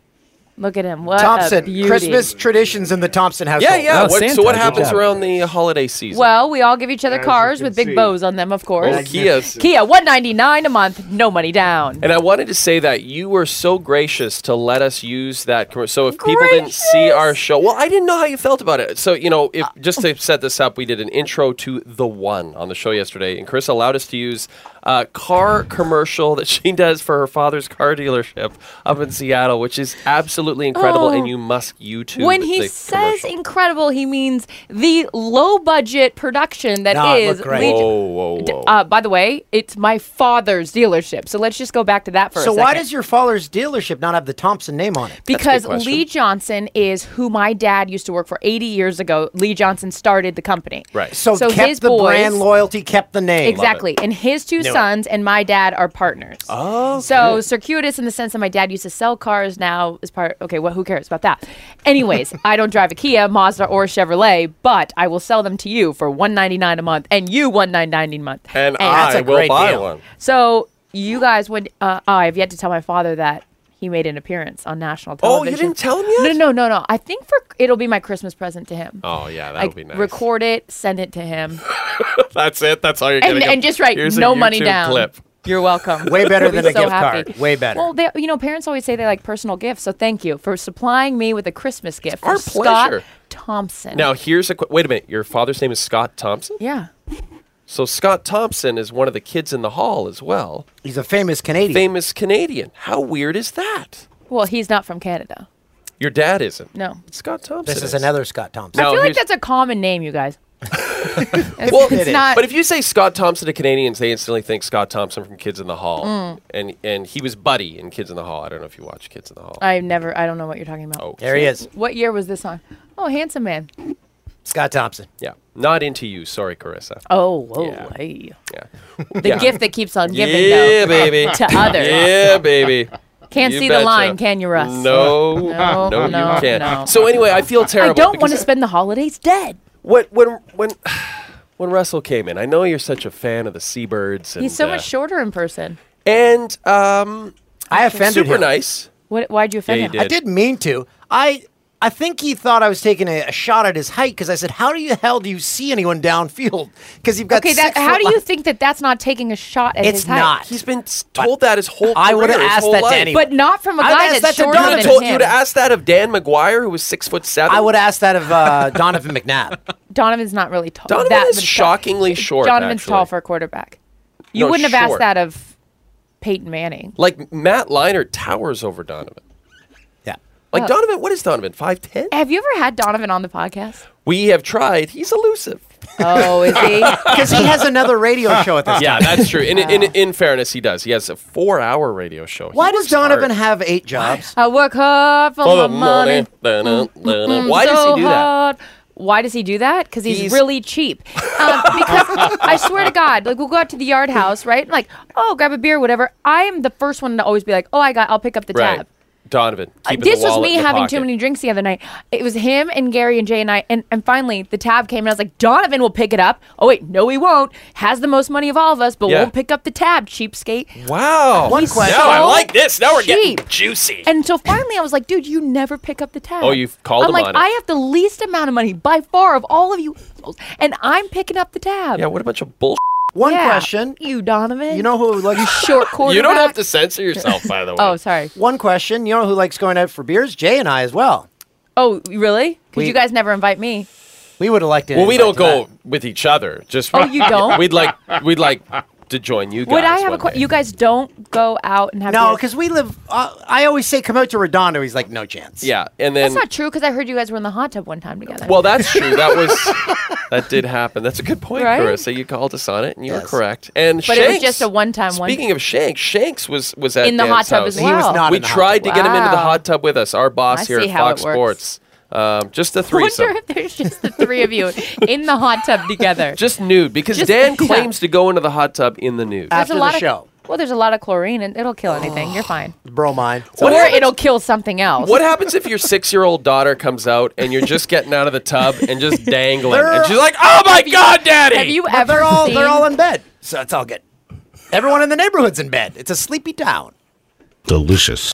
Speaker 10: Look at him. What a
Speaker 2: Thompson
Speaker 10: beauty.
Speaker 2: Christmas traditions in the Thompson household.
Speaker 3: <laughs> yeah, yeah. What- so what happens around the holiday season?
Speaker 10: Well, we all give each other
Speaker 3: As you
Speaker 10: cars
Speaker 3: can
Speaker 10: with big
Speaker 3: see.
Speaker 10: bows on them, of course.
Speaker 3: Oh, Kias.
Speaker 10: Kia, one ninety nine a month, no money down.
Speaker 3: And I wanted to say that you were so gracious to let us use that. commer- So if people didn't see our show, well, I didn't know how you felt about it. So you know, if just to set this up, we did an intro to the one on the show yesterday, and Chris allowed us to use a car commercial that she <laughs> does for her father's car dealership up in Seattle, which is absolutely incredible.
Speaker 10: Oh.
Speaker 3: And you must YouTube
Speaker 10: when
Speaker 3: the
Speaker 10: he says incredible, he means the low budget production that is.
Speaker 3: Nah, it looked great.
Speaker 10: Legion-
Speaker 3: Whoa, whoa,
Speaker 10: D-
Speaker 3: whoa.
Speaker 10: Uh, by the way, it's my father's dealership. So let's just go back to that for a
Speaker 2: So
Speaker 10: second.
Speaker 2: why does your father's dealership not have the Thompson name on it?
Speaker 10: Because Lee Johnson is who my dad used to work for 80 years ago. Lee Johnson started the company.
Speaker 3: Right.
Speaker 2: So,
Speaker 10: So
Speaker 2: kept
Speaker 10: his
Speaker 2: the
Speaker 10: boys-
Speaker 2: brand loyalty, kept the name.
Speaker 10: Exactly. And his two
Speaker 2: Knew it.
Speaker 10: sons and my dad are partners.
Speaker 2: Oh,
Speaker 10: So
Speaker 2: good.
Speaker 10: circuitous in the sense that my dad used to sell cars now is part okay, well who cares about that?
Speaker 3: <laughs>
Speaker 10: Anyways, I don't drive a Kia, Mazda or Chevrolet, but I will sell them to you for 199 a month and you 199 a month.
Speaker 3: And
Speaker 10: that's
Speaker 3: I
Speaker 10: a
Speaker 3: will
Speaker 10: great
Speaker 3: buy
Speaker 10: deal.
Speaker 3: one.
Speaker 10: So you guys would uh, oh, I've yet to tell my father that he made an appearance on national
Speaker 3: Oh, you
Speaker 10: television.
Speaker 3: didn't tell him
Speaker 10: yet? No, no, no, no. I think for it'll be my Christmas present to him.
Speaker 3: Oh yeah, that
Speaker 10: I
Speaker 3: would be nice.
Speaker 10: Record it, send it to him.
Speaker 3: <laughs> That's it. That's all you're
Speaker 10: And-
Speaker 3: gonna get.
Speaker 10: and just write,
Speaker 3: Here's a
Speaker 10: "No money
Speaker 3: YouTube
Speaker 10: down."
Speaker 3: Clip.
Speaker 10: You're welcome.
Speaker 2: Way better
Speaker 10: He'll
Speaker 2: than
Speaker 10: be
Speaker 2: a
Speaker 10: so
Speaker 2: gift
Speaker 10: happy.
Speaker 2: card. Way better.
Speaker 10: Well, they, you know, parents always say they like personal gifts, so thank you for supplying me with a Christmas gift.
Speaker 3: our
Speaker 10: from Scott
Speaker 3: pleasure.
Speaker 10: Thompson.
Speaker 3: Now here's a qu- wait a minute. Your father's name is Scott Thompson.
Speaker 10: Yeah.
Speaker 3: So Scott Thompson is one of the kids in the hall as well.
Speaker 2: He's a famous Canadian.
Speaker 3: Famous Canadian. How weird is that?
Speaker 10: Well, he's not from Canada.
Speaker 3: Your dad isn't.
Speaker 10: No.
Speaker 3: Scott Thompson.
Speaker 2: This is another Scott Thompson.
Speaker 10: I
Speaker 3: Now
Speaker 10: feel like
Speaker 3: here's-
Speaker 10: that's a common name, you
Speaker 3: <laughs>
Speaker 10: guys. it's,
Speaker 3: Well,
Speaker 10: it's not.
Speaker 3: But if you say Scott Thompson to Canadians, they instantly think Scott Thompson from Kids in the Hall,
Speaker 10: Mm.
Speaker 3: and and he was Buddy in Kids in the Hall. I don't know if you watch Kids in the Hall.
Speaker 10: I never. I don't know what you're talking about.
Speaker 3: Oh,
Speaker 2: There he is.
Speaker 10: What year was this on? Oh, handsome man.
Speaker 2: Scott Thompson.
Speaker 3: Yeah, not into you. Sorry, Carissa.
Speaker 10: Oh, whoa,
Speaker 3: Yeah. <laughs>
Speaker 10: hey.
Speaker 3: Yeah.
Speaker 10: The
Speaker 3: Yeah.
Speaker 10: gift that keeps on giving,
Speaker 3: yeah,
Speaker 10: though,
Speaker 3: baby.
Speaker 10: <laughs> to others.
Speaker 3: Yeah, baby.
Speaker 10: Can't
Speaker 3: You
Speaker 10: see the
Speaker 3: betcha.
Speaker 10: line, can you, Russ?
Speaker 3: No,
Speaker 10: No,
Speaker 3: no,
Speaker 10: no,
Speaker 3: you can't.
Speaker 10: no.
Speaker 3: So anyway, I feel
Speaker 10: I
Speaker 3: terrible.
Speaker 10: don't want to
Speaker 3: because
Speaker 10: spend the holidays dead.
Speaker 3: What? When? When? <sighs> When Russell came in, I know you're such a fan of the Seabirds. And,
Speaker 10: He's so
Speaker 3: uh,
Speaker 10: much shorter in person.
Speaker 3: And um,
Speaker 2: I offended
Speaker 3: super
Speaker 2: him.
Speaker 3: nice.
Speaker 10: What? Why'd you offend
Speaker 3: Yeah,
Speaker 10: him?
Speaker 3: he
Speaker 2: I didn't mean to. I I think he thought I was taking a, a shot at his height because I said, "How do you hell do you see anyone downfield?" Because you've got
Speaker 10: Okay, that,
Speaker 2: six
Speaker 10: how
Speaker 2: foot
Speaker 10: do you
Speaker 2: line-
Speaker 10: think that that's not taking a shot at
Speaker 2: It's
Speaker 10: his height?
Speaker 2: not.
Speaker 3: He's been told that his whole.
Speaker 2: I would've
Speaker 3: career, his
Speaker 2: asked
Speaker 3: whole
Speaker 2: that to
Speaker 3: life.
Speaker 2: anyone.
Speaker 10: but not from a
Speaker 2: I'd
Speaker 10: guy
Speaker 2: ask
Speaker 10: that's
Speaker 2: that to
Speaker 10: shorter
Speaker 2: Donovan.
Speaker 10: than
Speaker 3: Told
Speaker 10: him.
Speaker 3: you to ask that of Dan McGuire, who was six foot seven.
Speaker 2: I would ask that of
Speaker 3: <laughs>
Speaker 2: uh, Donovan McNabb.
Speaker 10: Donovan's not really tall.
Speaker 3: Donovan
Speaker 10: that
Speaker 3: is
Speaker 10: much
Speaker 3: shockingly
Speaker 10: tall.
Speaker 3: short.
Speaker 10: Donovan's
Speaker 3: actually.
Speaker 10: tall for a quarterback. You
Speaker 3: No,
Speaker 10: wouldn't have asked
Speaker 3: short.
Speaker 10: that of Peyton Manning.
Speaker 3: Like Matt Leinart towers over Donovan. <laughs>
Speaker 2: Yeah.
Speaker 3: Like
Speaker 10: Uh,
Speaker 3: Donovan, what is Donovan? Five ten?
Speaker 10: Have you ever had Donovan on the podcast?
Speaker 3: We have tried. He's elusive.
Speaker 10: Oh, is
Speaker 3: <laughs>
Speaker 10: he?
Speaker 2: Because he has another radio show at this
Speaker 3: yeah,
Speaker 2: time.
Speaker 3: that's true. In, in, in, fairness, he does. He has a four-hour radio show.
Speaker 2: Why does Donovan
Speaker 3: hard.
Speaker 2: have eight jobs?
Speaker 10: I work hard for,
Speaker 3: For
Speaker 10: my
Speaker 3: the money.
Speaker 10: money.
Speaker 3: Da-da-da-da.
Speaker 10: Mm,
Speaker 3: Why does
Speaker 10: so
Speaker 3: he do that?
Speaker 10: hard. Why does he do that? Because he's,
Speaker 3: He's-
Speaker 10: really cheap. Um,
Speaker 3: <laughs>
Speaker 10: because I swear to God, like we'll go out to the yard house, right? And like, oh, grab a beer, whatever. I am the first one to always be like, oh, I got, I'll pick up the
Speaker 3: Right,
Speaker 10: tab.
Speaker 3: Donovan.
Speaker 10: Uh,
Speaker 3: keeping the
Speaker 10: this was
Speaker 3: wallet
Speaker 10: me
Speaker 3: in the
Speaker 10: having
Speaker 3: pocket.
Speaker 10: too many drinks the other night. It was him and Gary and Jay and I, and, and finally the tab came and I was like, Donovan will pick it up. Oh wait, no, he won't. Has the most money of all of us, but
Speaker 3: Yeah.
Speaker 10: won't pick up the tab, cheapskate.
Speaker 3: Wow.
Speaker 2: One question.
Speaker 3: Now I
Speaker 10: so
Speaker 3: like this. Now we're getting
Speaker 10: cheap.
Speaker 3: juicy.
Speaker 10: And so finally, I was like, dude, you never pick up the tab.
Speaker 3: Oh, you've called
Speaker 10: I'm
Speaker 3: him
Speaker 10: like,
Speaker 3: on it.
Speaker 10: I have the least amount of money by far of all of you, assholes, and I'm picking up the tab.
Speaker 3: yeah, what a bunch of bullshit.
Speaker 2: One
Speaker 10: Yeah.
Speaker 2: question.
Speaker 10: You, Donovan.
Speaker 2: You know who likes
Speaker 3: <laughs>
Speaker 10: short quarterback.
Speaker 3: You don't have to censor yourself,
Speaker 10: <laughs>
Speaker 3: by the way.
Speaker 10: Oh, sorry.
Speaker 2: one question. You know who likes going out for beers? Jay and I as well.
Speaker 10: Oh, really? Because
Speaker 2: We-
Speaker 10: you guys never invite me.
Speaker 2: We would have liked it.
Speaker 3: well, we don't go with each other. Just
Speaker 10: Oh, you don't?
Speaker 3: We'd like we'd like to join you guys.
Speaker 10: Would I have
Speaker 3: one
Speaker 10: a
Speaker 3: day.
Speaker 10: question? You guys don't go out and have
Speaker 2: No,
Speaker 10: beers?
Speaker 2: because we live. Uh, I always say, come out to Redondo. He's like, no chance.
Speaker 3: Yeah, and then
Speaker 10: that's not true. Because I heard you guys were in the hot tub one time together.
Speaker 3: well, that's true. That
Speaker 10: <laughs>
Speaker 3: was that did happen. That's a good point,
Speaker 10: Right?
Speaker 3: Carissa. You called us on it, and you were
Speaker 2: Yes.
Speaker 3: correct. And
Speaker 10: But it was
Speaker 3: Shanks,
Speaker 10: just a one-time one-
Speaker 3: Speaking of Shanks, Shanks was was at
Speaker 10: in the hot
Speaker 3: Dan's
Speaker 10: tub
Speaker 3: house.
Speaker 10: as
Speaker 2: He
Speaker 10: well.
Speaker 2: was not
Speaker 3: We
Speaker 2: in the hot
Speaker 3: tried to
Speaker 2: tub.
Speaker 3: get him into the
Speaker 10: Wow.
Speaker 3: hot tub with us. Our boss
Speaker 10: I
Speaker 3: here
Speaker 10: see
Speaker 3: at
Speaker 10: how it
Speaker 3: Fox
Speaker 10: works.
Speaker 3: Sports. Um, just the
Speaker 10: I <laughs> <laughs> wonder
Speaker 3: threesome.
Speaker 10: if there's just the three of you in the hot tub together.
Speaker 2: <laughs>
Speaker 3: just nude because
Speaker 10: Just-
Speaker 3: Dan
Speaker 10: <laughs> yeah. Uh,
Speaker 3: claims to go into the hot tub in the nude.
Speaker 10: There's
Speaker 2: After
Speaker 10: a
Speaker 2: the
Speaker 10: lot of,
Speaker 2: show.
Speaker 10: Well, there's a lot of chlorine, and it'll kill anything. You're fine.
Speaker 2: Bromine.
Speaker 3: What
Speaker 10: or
Speaker 3: happens-
Speaker 10: it'll kill something else.
Speaker 3: What happens if your six-year-old daughter comes out and you're just getting out of the tub and just dangling,
Speaker 2: They're-
Speaker 3: and she's like, "Oh my
Speaker 10: Have you-
Speaker 3: God, Daddy!"
Speaker 10: Have you
Speaker 2: But
Speaker 10: ever
Speaker 2: they're all
Speaker 10: seen?
Speaker 2: they're all in bed, so it's all good. Everyone in the neighborhood's in bed. It's a sleepy town.
Speaker 6: Delicious.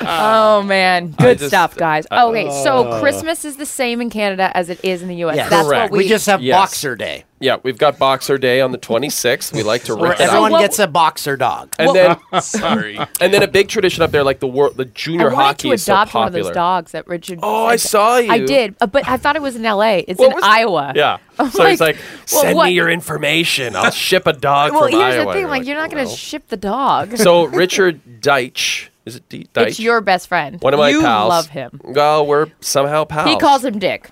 Speaker 10: oh man, good
Speaker 3: Uh, just- uh,
Speaker 10: stuff, guys. okay, so Christmas is the same in Canada as it is in the U.S.
Speaker 2: Yes.
Speaker 10: That's
Speaker 3: Correct.
Speaker 10: what we,
Speaker 2: We just have
Speaker 3: Yes.
Speaker 2: Boxer Day,
Speaker 3: Yeah, we've got Boxer Day on the 26th. We like to
Speaker 2: where
Speaker 3: rip it
Speaker 2: everyone
Speaker 3: out.
Speaker 10: what-
Speaker 2: gets a boxer dog.
Speaker 3: And then,
Speaker 10: <laughs>
Speaker 7: Sorry.
Speaker 3: and then a big tradition up there, like the wor- the
Speaker 10: I
Speaker 3: junior
Speaker 10: wanted
Speaker 3: hockey
Speaker 10: to
Speaker 3: is so
Speaker 10: adopt one of
Speaker 3: popular.
Speaker 10: those dogs that Richard.
Speaker 3: Oh, I saw you.
Speaker 10: I did, uh, but I thought it was in L.A. It's
Speaker 3: What
Speaker 10: in
Speaker 3: was-
Speaker 10: Iowa.
Speaker 3: <laughs> Yeah.
Speaker 10: I'm
Speaker 3: so he's like,
Speaker 10: well,
Speaker 3: send
Speaker 10: what-
Speaker 3: me your information. I'll ship a dog
Speaker 10: Well,
Speaker 3: from
Speaker 10: here's
Speaker 3: Iowa.
Speaker 10: the thing:
Speaker 3: You're
Speaker 10: like, you're not going to
Speaker 3: "Well."
Speaker 10: ship
Speaker 3: <laughs>
Speaker 10: the dog.
Speaker 3: so Richard Deitch is it D- Deitch?
Speaker 10: it's your best friend.
Speaker 3: one of my
Speaker 10: you
Speaker 3: pals.
Speaker 10: love him.
Speaker 3: Well, we're somehow pals.
Speaker 10: He calls him Dick.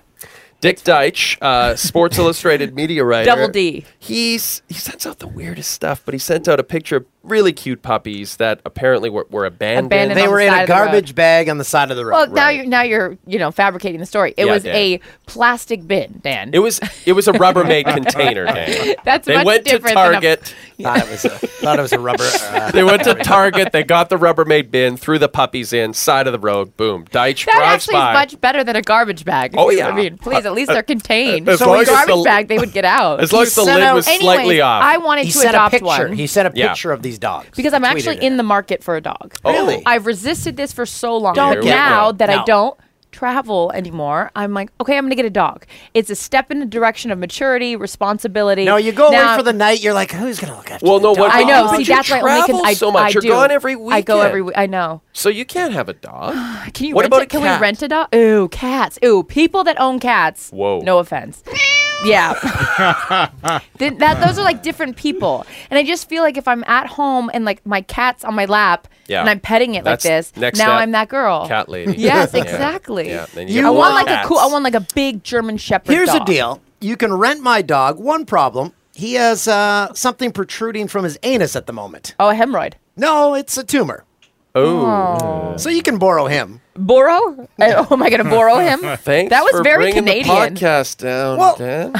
Speaker 3: Dick Deitch,
Speaker 10: <laughs>
Speaker 3: uh, Sports Illustrated media writer.
Speaker 10: Double D.
Speaker 3: He's he sends out the weirdest stuff, but he sent out a picture of really cute puppies that apparently were, were abandoned.
Speaker 10: Abandoned
Speaker 2: They
Speaker 10: on
Speaker 2: were
Speaker 10: the
Speaker 2: in
Speaker 10: side
Speaker 2: a
Speaker 10: of the road.
Speaker 2: garbage bag on the side of the road.
Speaker 10: Well, now
Speaker 3: Right.
Speaker 10: you're now you're you know fabricating the story. It
Speaker 3: Yeah,
Speaker 10: was
Speaker 3: Dan.
Speaker 10: a plastic bin, Dan.
Speaker 3: It was it was a
Speaker 10: <laughs>
Speaker 3: Rubbermaid container. Dan.
Speaker 10: That's
Speaker 3: they
Speaker 10: much
Speaker 3: went to
Speaker 10: different than a-
Speaker 3: Target.
Speaker 2: <laughs> thought it was a, thought it was a rubber.
Speaker 10: <laughs>
Speaker 2: Uh,
Speaker 3: they went to Target. They got the Rubbermaid bin, threw the puppies in, side of the road. Boom. Deitch
Speaker 10: That
Speaker 3: drives
Speaker 10: actually
Speaker 3: by.
Speaker 10: is much better than a garbage bag.
Speaker 3: Oh,
Speaker 10: You know what
Speaker 3: yeah.
Speaker 10: I mean, please, at least they're contained.
Speaker 3: as
Speaker 10: so
Speaker 3: long
Speaker 10: a
Speaker 3: as it's
Speaker 10: garbage
Speaker 3: the-
Speaker 10: bag, they would get out.
Speaker 3: as long as the
Speaker 2: He sent
Speaker 3: lid
Speaker 2: out-
Speaker 3: was
Speaker 10: Anyways,
Speaker 3: slightly off.
Speaker 10: I wanted
Speaker 2: he
Speaker 10: to
Speaker 2: sent a
Speaker 10: adopt
Speaker 2: picture.
Speaker 10: one
Speaker 2: He sent a
Speaker 3: Yeah.
Speaker 2: picture of these dogs
Speaker 10: because I'm
Speaker 2: He tweeted
Speaker 10: actually
Speaker 2: it.
Speaker 10: in the market for a dog.
Speaker 3: Oh.
Speaker 2: Really?
Speaker 10: I've resisted this for so long.
Speaker 3: Don't
Speaker 10: but
Speaker 3: get
Speaker 10: now
Speaker 3: one.
Speaker 10: that I
Speaker 2: No.
Speaker 10: don't travel anymore, I'm like, okay, I'm gonna get a dog. It's a step in the direction of maturity, responsibility.
Speaker 2: No, you go
Speaker 10: Now-
Speaker 2: away for the night. You're like, who's gonna look after?
Speaker 3: well, no,
Speaker 2: the
Speaker 3: what?
Speaker 10: I know.
Speaker 3: but
Speaker 10: see,
Speaker 3: you
Speaker 10: that's my only.
Speaker 3: travel
Speaker 10: con- I
Speaker 3: so much.
Speaker 10: I
Speaker 3: You're
Speaker 10: do.
Speaker 3: gone every week.
Speaker 10: I go every week. I know.
Speaker 3: So you can't have a
Speaker 10: <sighs>
Speaker 3: dog.
Speaker 10: Can you
Speaker 3: What
Speaker 10: rent
Speaker 3: about
Speaker 10: a,
Speaker 3: a
Speaker 10: Can
Speaker 3: cat?
Speaker 10: we rent a dog? Ooh, cats. Ooh, people that own cats.
Speaker 3: Whoa.
Speaker 10: No offense. Yeah. Then that those are like different people. And I just feel like if I'm at home and like my cat's on my lap
Speaker 3: Yeah.
Speaker 10: and I'm petting it
Speaker 3: That's
Speaker 10: like this,
Speaker 3: next
Speaker 10: now
Speaker 3: step,
Speaker 10: I'm that girl.
Speaker 3: Cat lady.
Speaker 10: <laughs> Yes,
Speaker 3: Yeah.
Speaker 10: exactly.
Speaker 3: Yeah. Then
Speaker 2: You
Speaker 3: get
Speaker 10: I
Speaker 3: more
Speaker 10: want like
Speaker 3: cats.
Speaker 10: a cool I want like a big German shepherd
Speaker 2: Here's
Speaker 10: dog.
Speaker 2: the deal: you can rent my dog. One problem: he has uh, something protruding from his anus at the moment.
Speaker 10: Oh, a hemorrhoid.
Speaker 2: No, it's a tumor. Oh, so you can borrow him.
Speaker 3: <laughs>
Speaker 10: Borrow? Oh, am I going to borrow him?
Speaker 3: Thanks
Speaker 10: That was
Speaker 3: for
Speaker 10: very
Speaker 3: bringing the
Speaker 10: Canadian.
Speaker 3: podcast down,
Speaker 2: Well-
Speaker 10: <laughs>
Speaker 3: Dan.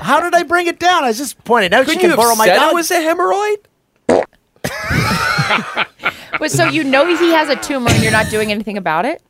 Speaker 2: How did I bring it down? I just pointed out
Speaker 3: Could
Speaker 2: you
Speaker 3: you
Speaker 2: can borrow
Speaker 3: have
Speaker 2: my
Speaker 3: said
Speaker 2: dog.
Speaker 3: it was a
Speaker 10: <laughs>
Speaker 3: hemorrhoid?
Speaker 10: But so you know he has a tumor and you're not doing anything about it?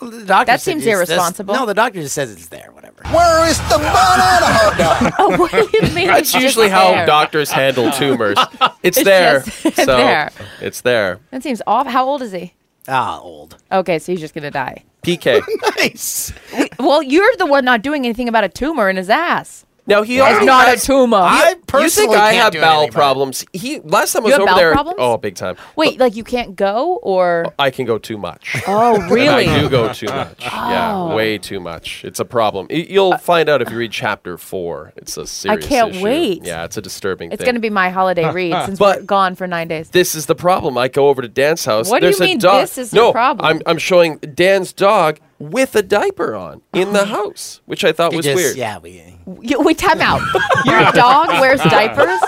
Speaker 2: the doctor
Speaker 10: That
Speaker 2: said it's
Speaker 10: seems
Speaker 2: this-
Speaker 10: irresponsible.
Speaker 2: No, the doctor just says it's there. Whatever.
Speaker 8: Where is the banana?
Speaker 10: Oh, what do you mean?
Speaker 3: That's
Speaker 10: it's just
Speaker 3: usually how
Speaker 10: there?
Speaker 3: doctors handle
Speaker 10: <laughs>
Speaker 3: tumors. It's,
Speaker 10: It's
Speaker 3: there.
Speaker 10: just- <laughs> it's
Speaker 3: so
Speaker 10: there.
Speaker 3: It's there.
Speaker 10: That seems off. How old is he?
Speaker 2: <laughs> Ah, old. <laughs>
Speaker 10: Okay, so he's just gonna die.
Speaker 3: PK.
Speaker 10: <laughs>
Speaker 2: Nice.
Speaker 10: Well, you're the one not doing anything about a tumor in his ass.
Speaker 3: Now he
Speaker 10: Wow.
Speaker 3: already
Speaker 10: It's not
Speaker 3: has-
Speaker 10: a tumor. I
Speaker 3: you think
Speaker 10: personally
Speaker 3: I
Speaker 10: can't
Speaker 3: have
Speaker 10: do
Speaker 3: bowel
Speaker 10: anything about it.
Speaker 3: problems? He last time I
Speaker 10: You
Speaker 3: was over
Speaker 10: have bowel
Speaker 3: there.
Speaker 10: problems?
Speaker 3: Oh, big time.
Speaker 10: Wait, like you can't go or
Speaker 3: I can go too much.
Speaker 10: Oh, really?
Speaker 3: And I do go too
Speaker 10: <laughs>
Speaker 3: much. Yeah,
Speaker 10: Oh. Uh,
Speaker 3: way too much. It's a problem. Y- You'll find out if you read chapter four. It's a serious.
Speaker 10: can't
Speaker 3: issue.
Speaker 10: wait.
Speaker 3: Yeah, it's a disturbing.
Speaker 10: it's
Speaker 3: thing.
Speaker 10: going to be my holiday
Speaker 3: <laughs>
Speaker 10: read since we're gone for 9 days.
Speaker 3: This is the problem. I go over to Dan's house.
Speaker 10: What do you
Speaker 3: There's
Speaker 10: mean
Speaker 3: a dog.
Speaker 10: this is
Speaker 3: no,
Speaker 10: the problem?
Speaker 3: I'm, I'm showing Dan's dog with a diaper on in
Speaker 10: <laughs>
Speaker 3: the house, which I thought
Speaker 10: They
Speaker 3: was
Speaker 10: just-
Speaker 3: weird.
Speaker 10: yeah, You, wait, time out.
Speaker 3: <laughs>
Speaker 10: Your dog wears diapers?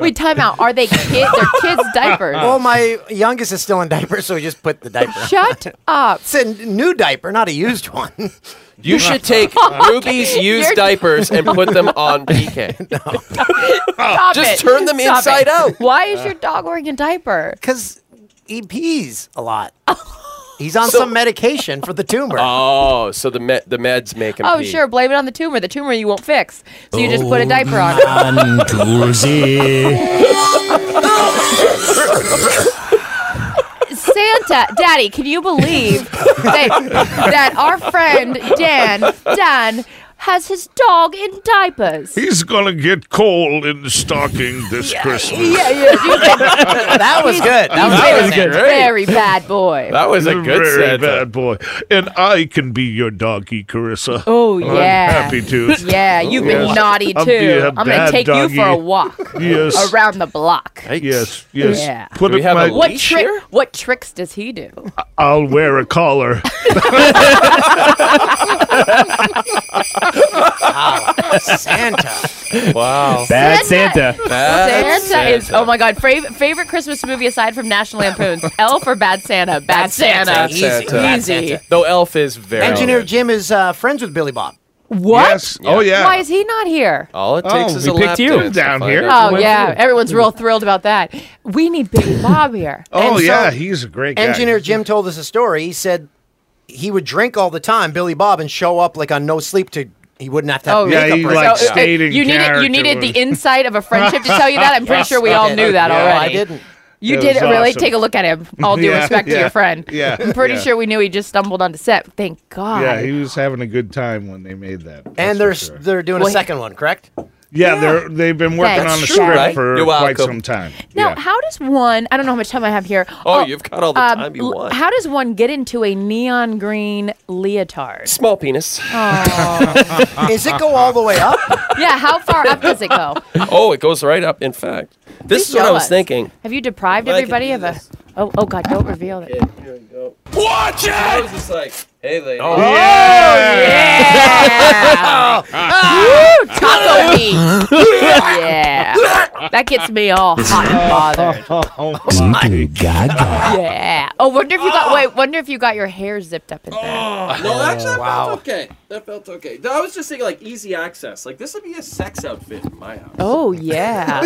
Speaker 10: Wait, time out. Are they kid? They're kids' diapers.
Speaker 2: Well, my youngest is still in diapers, so we just put the diaper. on.
Speaker 10: Shut up.
Speaker 2: It's a n- new diaper, not a used one. <laughs>
Speaker 3: You
Speaker 10: <laughs>
Speaker 3: should take Ruby's used diapers and put them on PK. <laughs>
Speaker 10: Stop
Speaker 3: Just
Speaker 10: it.
Speaker 3: turn them
Speaker 10: Stop
Speaker 3: inside
Speaker 10: it.
Speaker 3: out.
Speaker 10: Why is your dog wearing a diaper?
Speaker 2: Because he pees a
Speaker 10: <laughs>
Speaker 2: lot. He's on
Speaker 3: So-
Speaker 2: some medication for the tumor.
Speaker 3: Oh, so the med- the meds make him.
Speaker 10: Oh,
Speaker 3: pee.
Speaker 10: sure. Blame it on the tumor. The tumor you won't fix. So you just put a
Speaker 3: Oh.
Speaker 10: diaper on.
Speaker 2: <laughs>
Speaker 10: Santa, Daddy, can you believe that, that our friend Dan, Dan, has his dog in diapers?
Speaker 1: He's gonna get coal in the stocking this Christmas.
Speaker 10: Yeah, yeah. you did-
Speaker 1: That was
Speaker 10: He's-
Speaker 1: good. That
Speaker 10: he's
Speaker 1: was
Speaker 10: been
Speaker 1: good. That was
Speaker 10: a
Speaker 1: good.
Speaker 10: Very bad boy.
Speaker 1: You're very bad boy. And I can be your doggy, Carissa.
Speaker 10: Oh
Speaker 1: I'm
Speaker 10: yeah.
Speaker 1: happy to. <laughs>
Speaker 10: Yeah, you've been
Speaker 1: Yes.
Speaker 10: naughty too.
Speaker 1: I'll be a
Speaker 10: I'm gonna
Speaker 1: bad
Speaker 10: take
Speaker 1: doggy.
Speaker 10: you for a walk.
Speaker 1: <laughs> Yes.
Speaker 10: Around the block.
Speaker 3: <laughs>
Speaker 1: Yes, yes.
Speaker 10: Yeah.
Speaker 1: Put up my,
Speaker 10: what trick? What tricks does he do?
Speaker 1: I'll wear a collar.
Speaker 2: Ah, Santa.
Speaker 3: Wow.
Speaker 4: Bad Santa.
Speaker 10: Santa, is. Oh my God! Fav- favorite Christmas movie aside from National Lampoon's? Elf or Bad Santa? Bad, Santa.
Speaker 3: Bad Santa.
Speaker 10: Easy.
Speaker 3: Though Elf is very.
Speaker 2: Engineer Jim is uh, friends with Billy Bob.
Speaker 10: <laughs> What?
Speaker 3: Oh yeah.
Speaker 10: Why is he not here?
Speaker 3: All it takes
Speaker 2: Oh,
Speaker 3: is
Speaker 2: we
Speaker 3: a
Speaker 2: picked
Speaker 3: lap
Speaker 2: you
Speaker 3: dance to
Speaker 1: down
Speaker 3: find
Speaker 1: here.
Speaker 3: out.
Speaker 10: Oh yeah, everyone's real thrilled about that. We need Big Bob here.
Speaker 1: <laughs> Oh,
Speaker 2: And so-
Speaker 1: yeah, he's a great guy.
Speaker 2: Engineer Jim told us a story. He said he would drink all the time, Billy Bob, and show up like on no sleep to. He wouldn't have to.
Speaker 10: Oh,
Speaker 2: have
Speaker 10: yeah,
Speaker 2: makeup
Speaker 1: he,
Speaker 2: or
Speaker 1: like,
Speaker 2: anything.
Speaker 1: stayed in
Speaker 10: You needed you
Speaker 1: character
Speaker 10: needed
Speaker 1: with-
Speaker 10: the insight of a friendship to tell you that. I'm pretty
Speaker 1: Yes. <laughs>
Speaker 10: sure we all
Speaker 1: Okay.
Speaker 10: knew that
Speaker 1: Yeah.
Speaker 10: already.
Speaker 1: I didn't.
Speaker 10: You
Speaker 1: It
Speaker 10: did
Speaker 1: was
Speaker 10: it really.
Speaker 1: awesome.
Speaker 10: Take a look at him. All
Speaker 1: <laughs>
Speaker 10: due
Speaker 1: Yeah,
Speaker 10: respect to
Speaker 1: yeah,
Speaker 10: your friend.
Speaker 1: yeah,
Speaker 10: I'm pretty
Speaker 1: yeah.
Speaker 10: sure we knew he just stumbled onto set. Thank God.
Speaker 1: Yeah, he was having a good time when they made that.
Speaker 2: And they're they're doing a second one,
Speaker 10: <laughs>
Speaker 2: correct?
Speaker 1: Yeah, they're they've been working
Speaker 10: That's
Speaker 1: on the
Speaker 10: true,
Speaker 1: script
Speaker 10: right?
Speaker 1: for
Speaker 3: You're
Speaker 1: quite some
Speaker 3: welcome.
Speaker 1: time.
Speaker 10: Now,
Speaker 1: yeah.
Speaker 10: how does one? I don't know how much time I have here. um,
Speaker 3: Oh, you've got all the time you
Speaker 10: l-
Speaker 3: want.
Speaker 10: How does one get into a neon green
Speaker 1: <laughs>
Speaker 10: leotard?
Speaker 3: Small <laughs> penis.
Speaker 2: Is it go all the way up?
Speaker 10: yeah, how far up does it go?
Speaker 3: oh, it goes right up. In fact, this
Speaker 10: Please
Speaker 3: is what I
Speaker 10: show
Speaker 3: was
Speaker 10: us.
Speaker 3: thinking.
Speaker 10: Have you deprived
Speaker 3: Well, I can
Speaker 10: everybody
Speaker 3: do
Speaker 10: of a? Oh, oh God! Don't reveal it.
Speaker 3: Watch it! I was just like, hey, lady. Oh,
Speaker 10: yeah! Woo, taco meat. yeah, that gets me all hot and bothered.
Speaker 3: Oh,
Speaker 10: Yeah. Oh, wonder if you got. Wait, wonder if you got your hair zipped up in there.
Speaker 7: No, actually, that
Speaker 2: Wow.
Speaker 7: felt okay. That felt okay. I was just thinking, like, easy access. Like, this would be a sex outfit in my house.
Speaker 10: Oh yeah.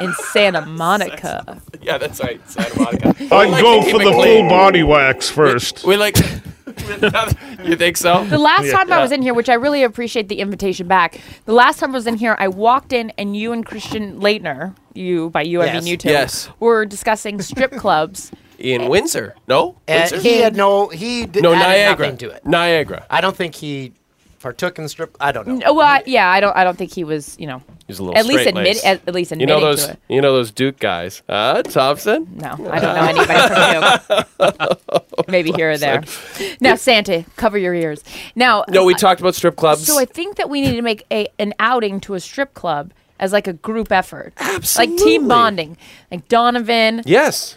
Speaker 10: In Santa Monica.
Speaker 3: <laughs> Yeah, that's right. Santa Monica.
Speaker 1: I'd
Speaker 3: We like
Speaker 1: go
Speaker 3: to keep
Speaker 1: for
Speaker 3: it
Speaker 1: the
Speaker 3: clean.
Speaker 1: full body wax first.
Speaker 3: We like. <laughs> you think so?
Speaker 10: The last time I was in here, which I really appreciate the invitation back. The last time I was in here, I walked in and you and Christian Leitner, you by you I
Speaker 3: Yes.
Speaker 10: mean you two,
Speaker 3: Yes.
Speaker 10: were discussing strip clubs.
Speaker 3: in Windsor. No,
Speaker 2: And
Speaker 3: Windsor?
Speaker 2: he had no. He did,
Speaker 3: no
Speaker 2: added
Speaker 3: Niagara.
Speaker 2: nothing to it.
Speaker 3: Niagara.
Speaker 2: I don't think he partook in the strip. I don't know.
Speaker 10: Oh, well, I, yeah, I don't. I don't think he was. You know,
Speaker 3: He's a little
Speaker 10: at least admit.
Speaker 3: straight-laced.
Speaker 10: At, at least
Speaker 3: You
Speaker 10: admitting
Speaker 3: know those.
Speaker 10: to it.
Speaker 3: You know those Duke guys. Uh, Thompson. <laughs>
Speaker 10: No, I don't know anybody from Duke. Maybe here or there. Now, Santa, cover your ears. Now, uh,
Speaker 3: No, we talked about strip clubs.
Speaker 10: So I think that we need to make a an outing to a strip club as like a group effort, like
Speaker 3: Absolutely.
Speaker 10: team bonding, like Donovan,
Speaker 3: yes,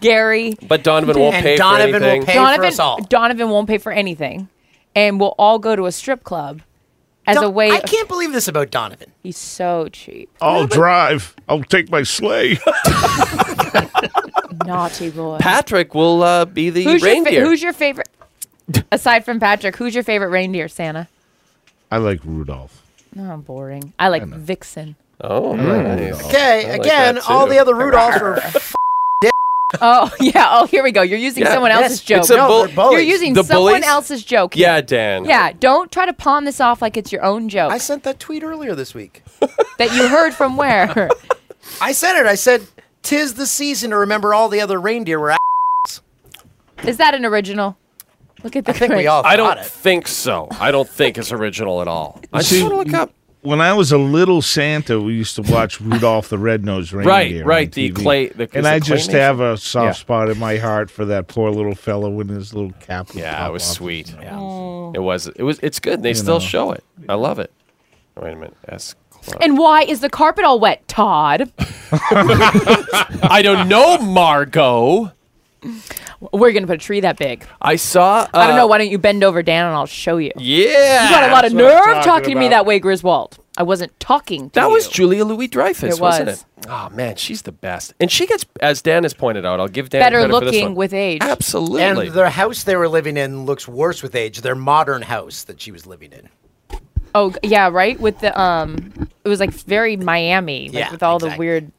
Speaker 10: Gary.
Speaker 3: but Donovan won't
Speaker 10: And
Speaker 3: pay for
Speaker 2: Donovan will
Speaker 3: anything.
Speaker 2: pay-
Speaker 10: Donovan,
Speaker 2: us all.
Speaker 10: Donovan won't pay for anything, and we'll all go to a strip club as a
Speaker 2: Don-
Speaker 10: way.
Speaker 2: I can't believe this about Donovan.
Speaker 10: He's so cheap,
Speaker 1: I'll drive. I'll take my
Speaker 3: <laughs>
Speaker 1: sleigh.
Speaker 10: naughty boy.
Speaker 3: Patrick will uh, be the
Speaker 10: who's your fa-
Speaker 3: reindeer.
Speaker 10: who's your favorite? Aside from Patrick, who's your favorite reindeer, Santa?
Speaker 1: I like Rudolph.
Speaker 10: No, I'm boring. I like Vixen.
Speaker 3: oh,
Speaker 1: Mm.
Speaker 3: nice.
Speaker 2: Okay,
Speaker 3: I like
Speaker 2: again,
Speaker 3: that
Speaker 2: all
Speaker 3: too.
Speaker 2: the other Rudolphs were. f-
Speaker 10: Oh <laughs> yeah. Oh, here we go. You're using
Speaker 3: Yeah,
Speaker 10: someone
Speaker 3: yes.
Speaker 10: else's joke.
Speaker 3: It's a bull-
Speaker 10: You're using
Speaker 3: The
Speaker 10: someone
Speaker 3: bullies?
Speaker 10: else's joke.
Speaker 3: Yeah, Dan.
Speaker 10: Yeah, don't try to pawn this off like it's your own joke
Speaker 2: I sent that tweet earlier this week.
Speaker 10: that you
Speaker 3: <laughs>
Speaker 10: heard from where.
Speaker 2: I said it. I said, "Tis the season to remember all the other reindeer were." a-"
Speaker 10: Is that an original? Look at the
Speaker 3: I don't think so. I don't think it's original at all. I just
Speaker 1: See,
Speaker 3: want to look up.
Speaker 1: When I was a little Santa, we used to watch Rudolph the Red-Nosed Reindeer.
Speaker 3: Right,
Speaker 1: on
Speaker 3: right, the
Speaker 1: TV.
Speaker 3: clay- the- is
Speaker 1: and I
Speaker 3: it
Speaker 1: just
Speaker 3: claymation?
Speaker 1: have a soft
Speaker 3: Yeah.
Speaker 1: spot in my heart for that poor little fellow with his little cap.
Speaker 3: Yeah, it was
Speaker 1: off.
Speaker 3: sweet. It was. It was. It's good. They
Speaker 1: You
Speaker 3: still
Speaker 1: know.
Speaker 3: show it. I love it. Wait a minute.
Speaker 1: <laughs>
Speaker 3: S Club.
Speaker 10: And why is the carpet all wet, Todd?
Speaker 3: I don't know, Margot.
Speaker 10: We're gonna put a tree that big.
Speaker 3: I saw. Uh,
Speaker 10: I don't know. Why don't you bend over, Dan, and I'll show you?
Speaker 3: Yeah,
Speaker 10: You got a lot of
Speaker 3: that's what I'm
Speaker 10: nerve
Speaker 3: talking
Speaker 10: talking, to me
Speaker 3: about.
Speaker 10: that way, Griswold. I wasn't talking to
Speaker 3: That
Speaker 10: you.
Speaker 3: was Julia Louis Dreyfus,
Speaker 10: It
Speaker 3: wasn't
Speaker 10: was.
Speaker 3: it? Oh man, she's the best. And she gets, as Dan has pointed out, I'll give Dan
Speaker 10: better
Speaker 3: credit for this one.
Speaker 10: looking with age.
Speaker 3: Absolutely.
Speaker 2: And their house they were living in looks worse with age. Their modern house that she was living in.
Speaker 10: Oh g- yeah, right. With the um, it was like very Miami, like
Speaker 2: Yeah,
Speaker 10: with all the weird.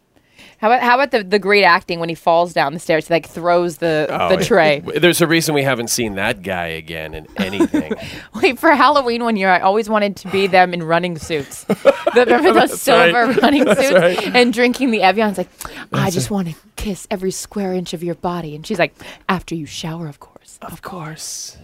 Speaker 10: How about how about the, the great acting when he falls down the stairs? He like throws the
Speaker 3: Oh,
Speaker 10: the
Speaker 3: yeah. <laughs>
Speaker 10: tray.
Speaker 3: There's a reason we haven't seen that guy again
Speaker 10: <laughs>
Speaker 3: in anything.
Speaker 10: Wait for Halloween one year, I always wanted to be them in running suits. The, remember those
Speaker 3: <laughs> That's right.
Speaker 10: silver running
Speaker 3: That's
Speaker 10: suits
Speaker 3: right.
Speaker 10: and drinking the Evian? It's like I just want to kiss every square inch of your body, and she's like, after you shower, of course, of
Speaker 3: course.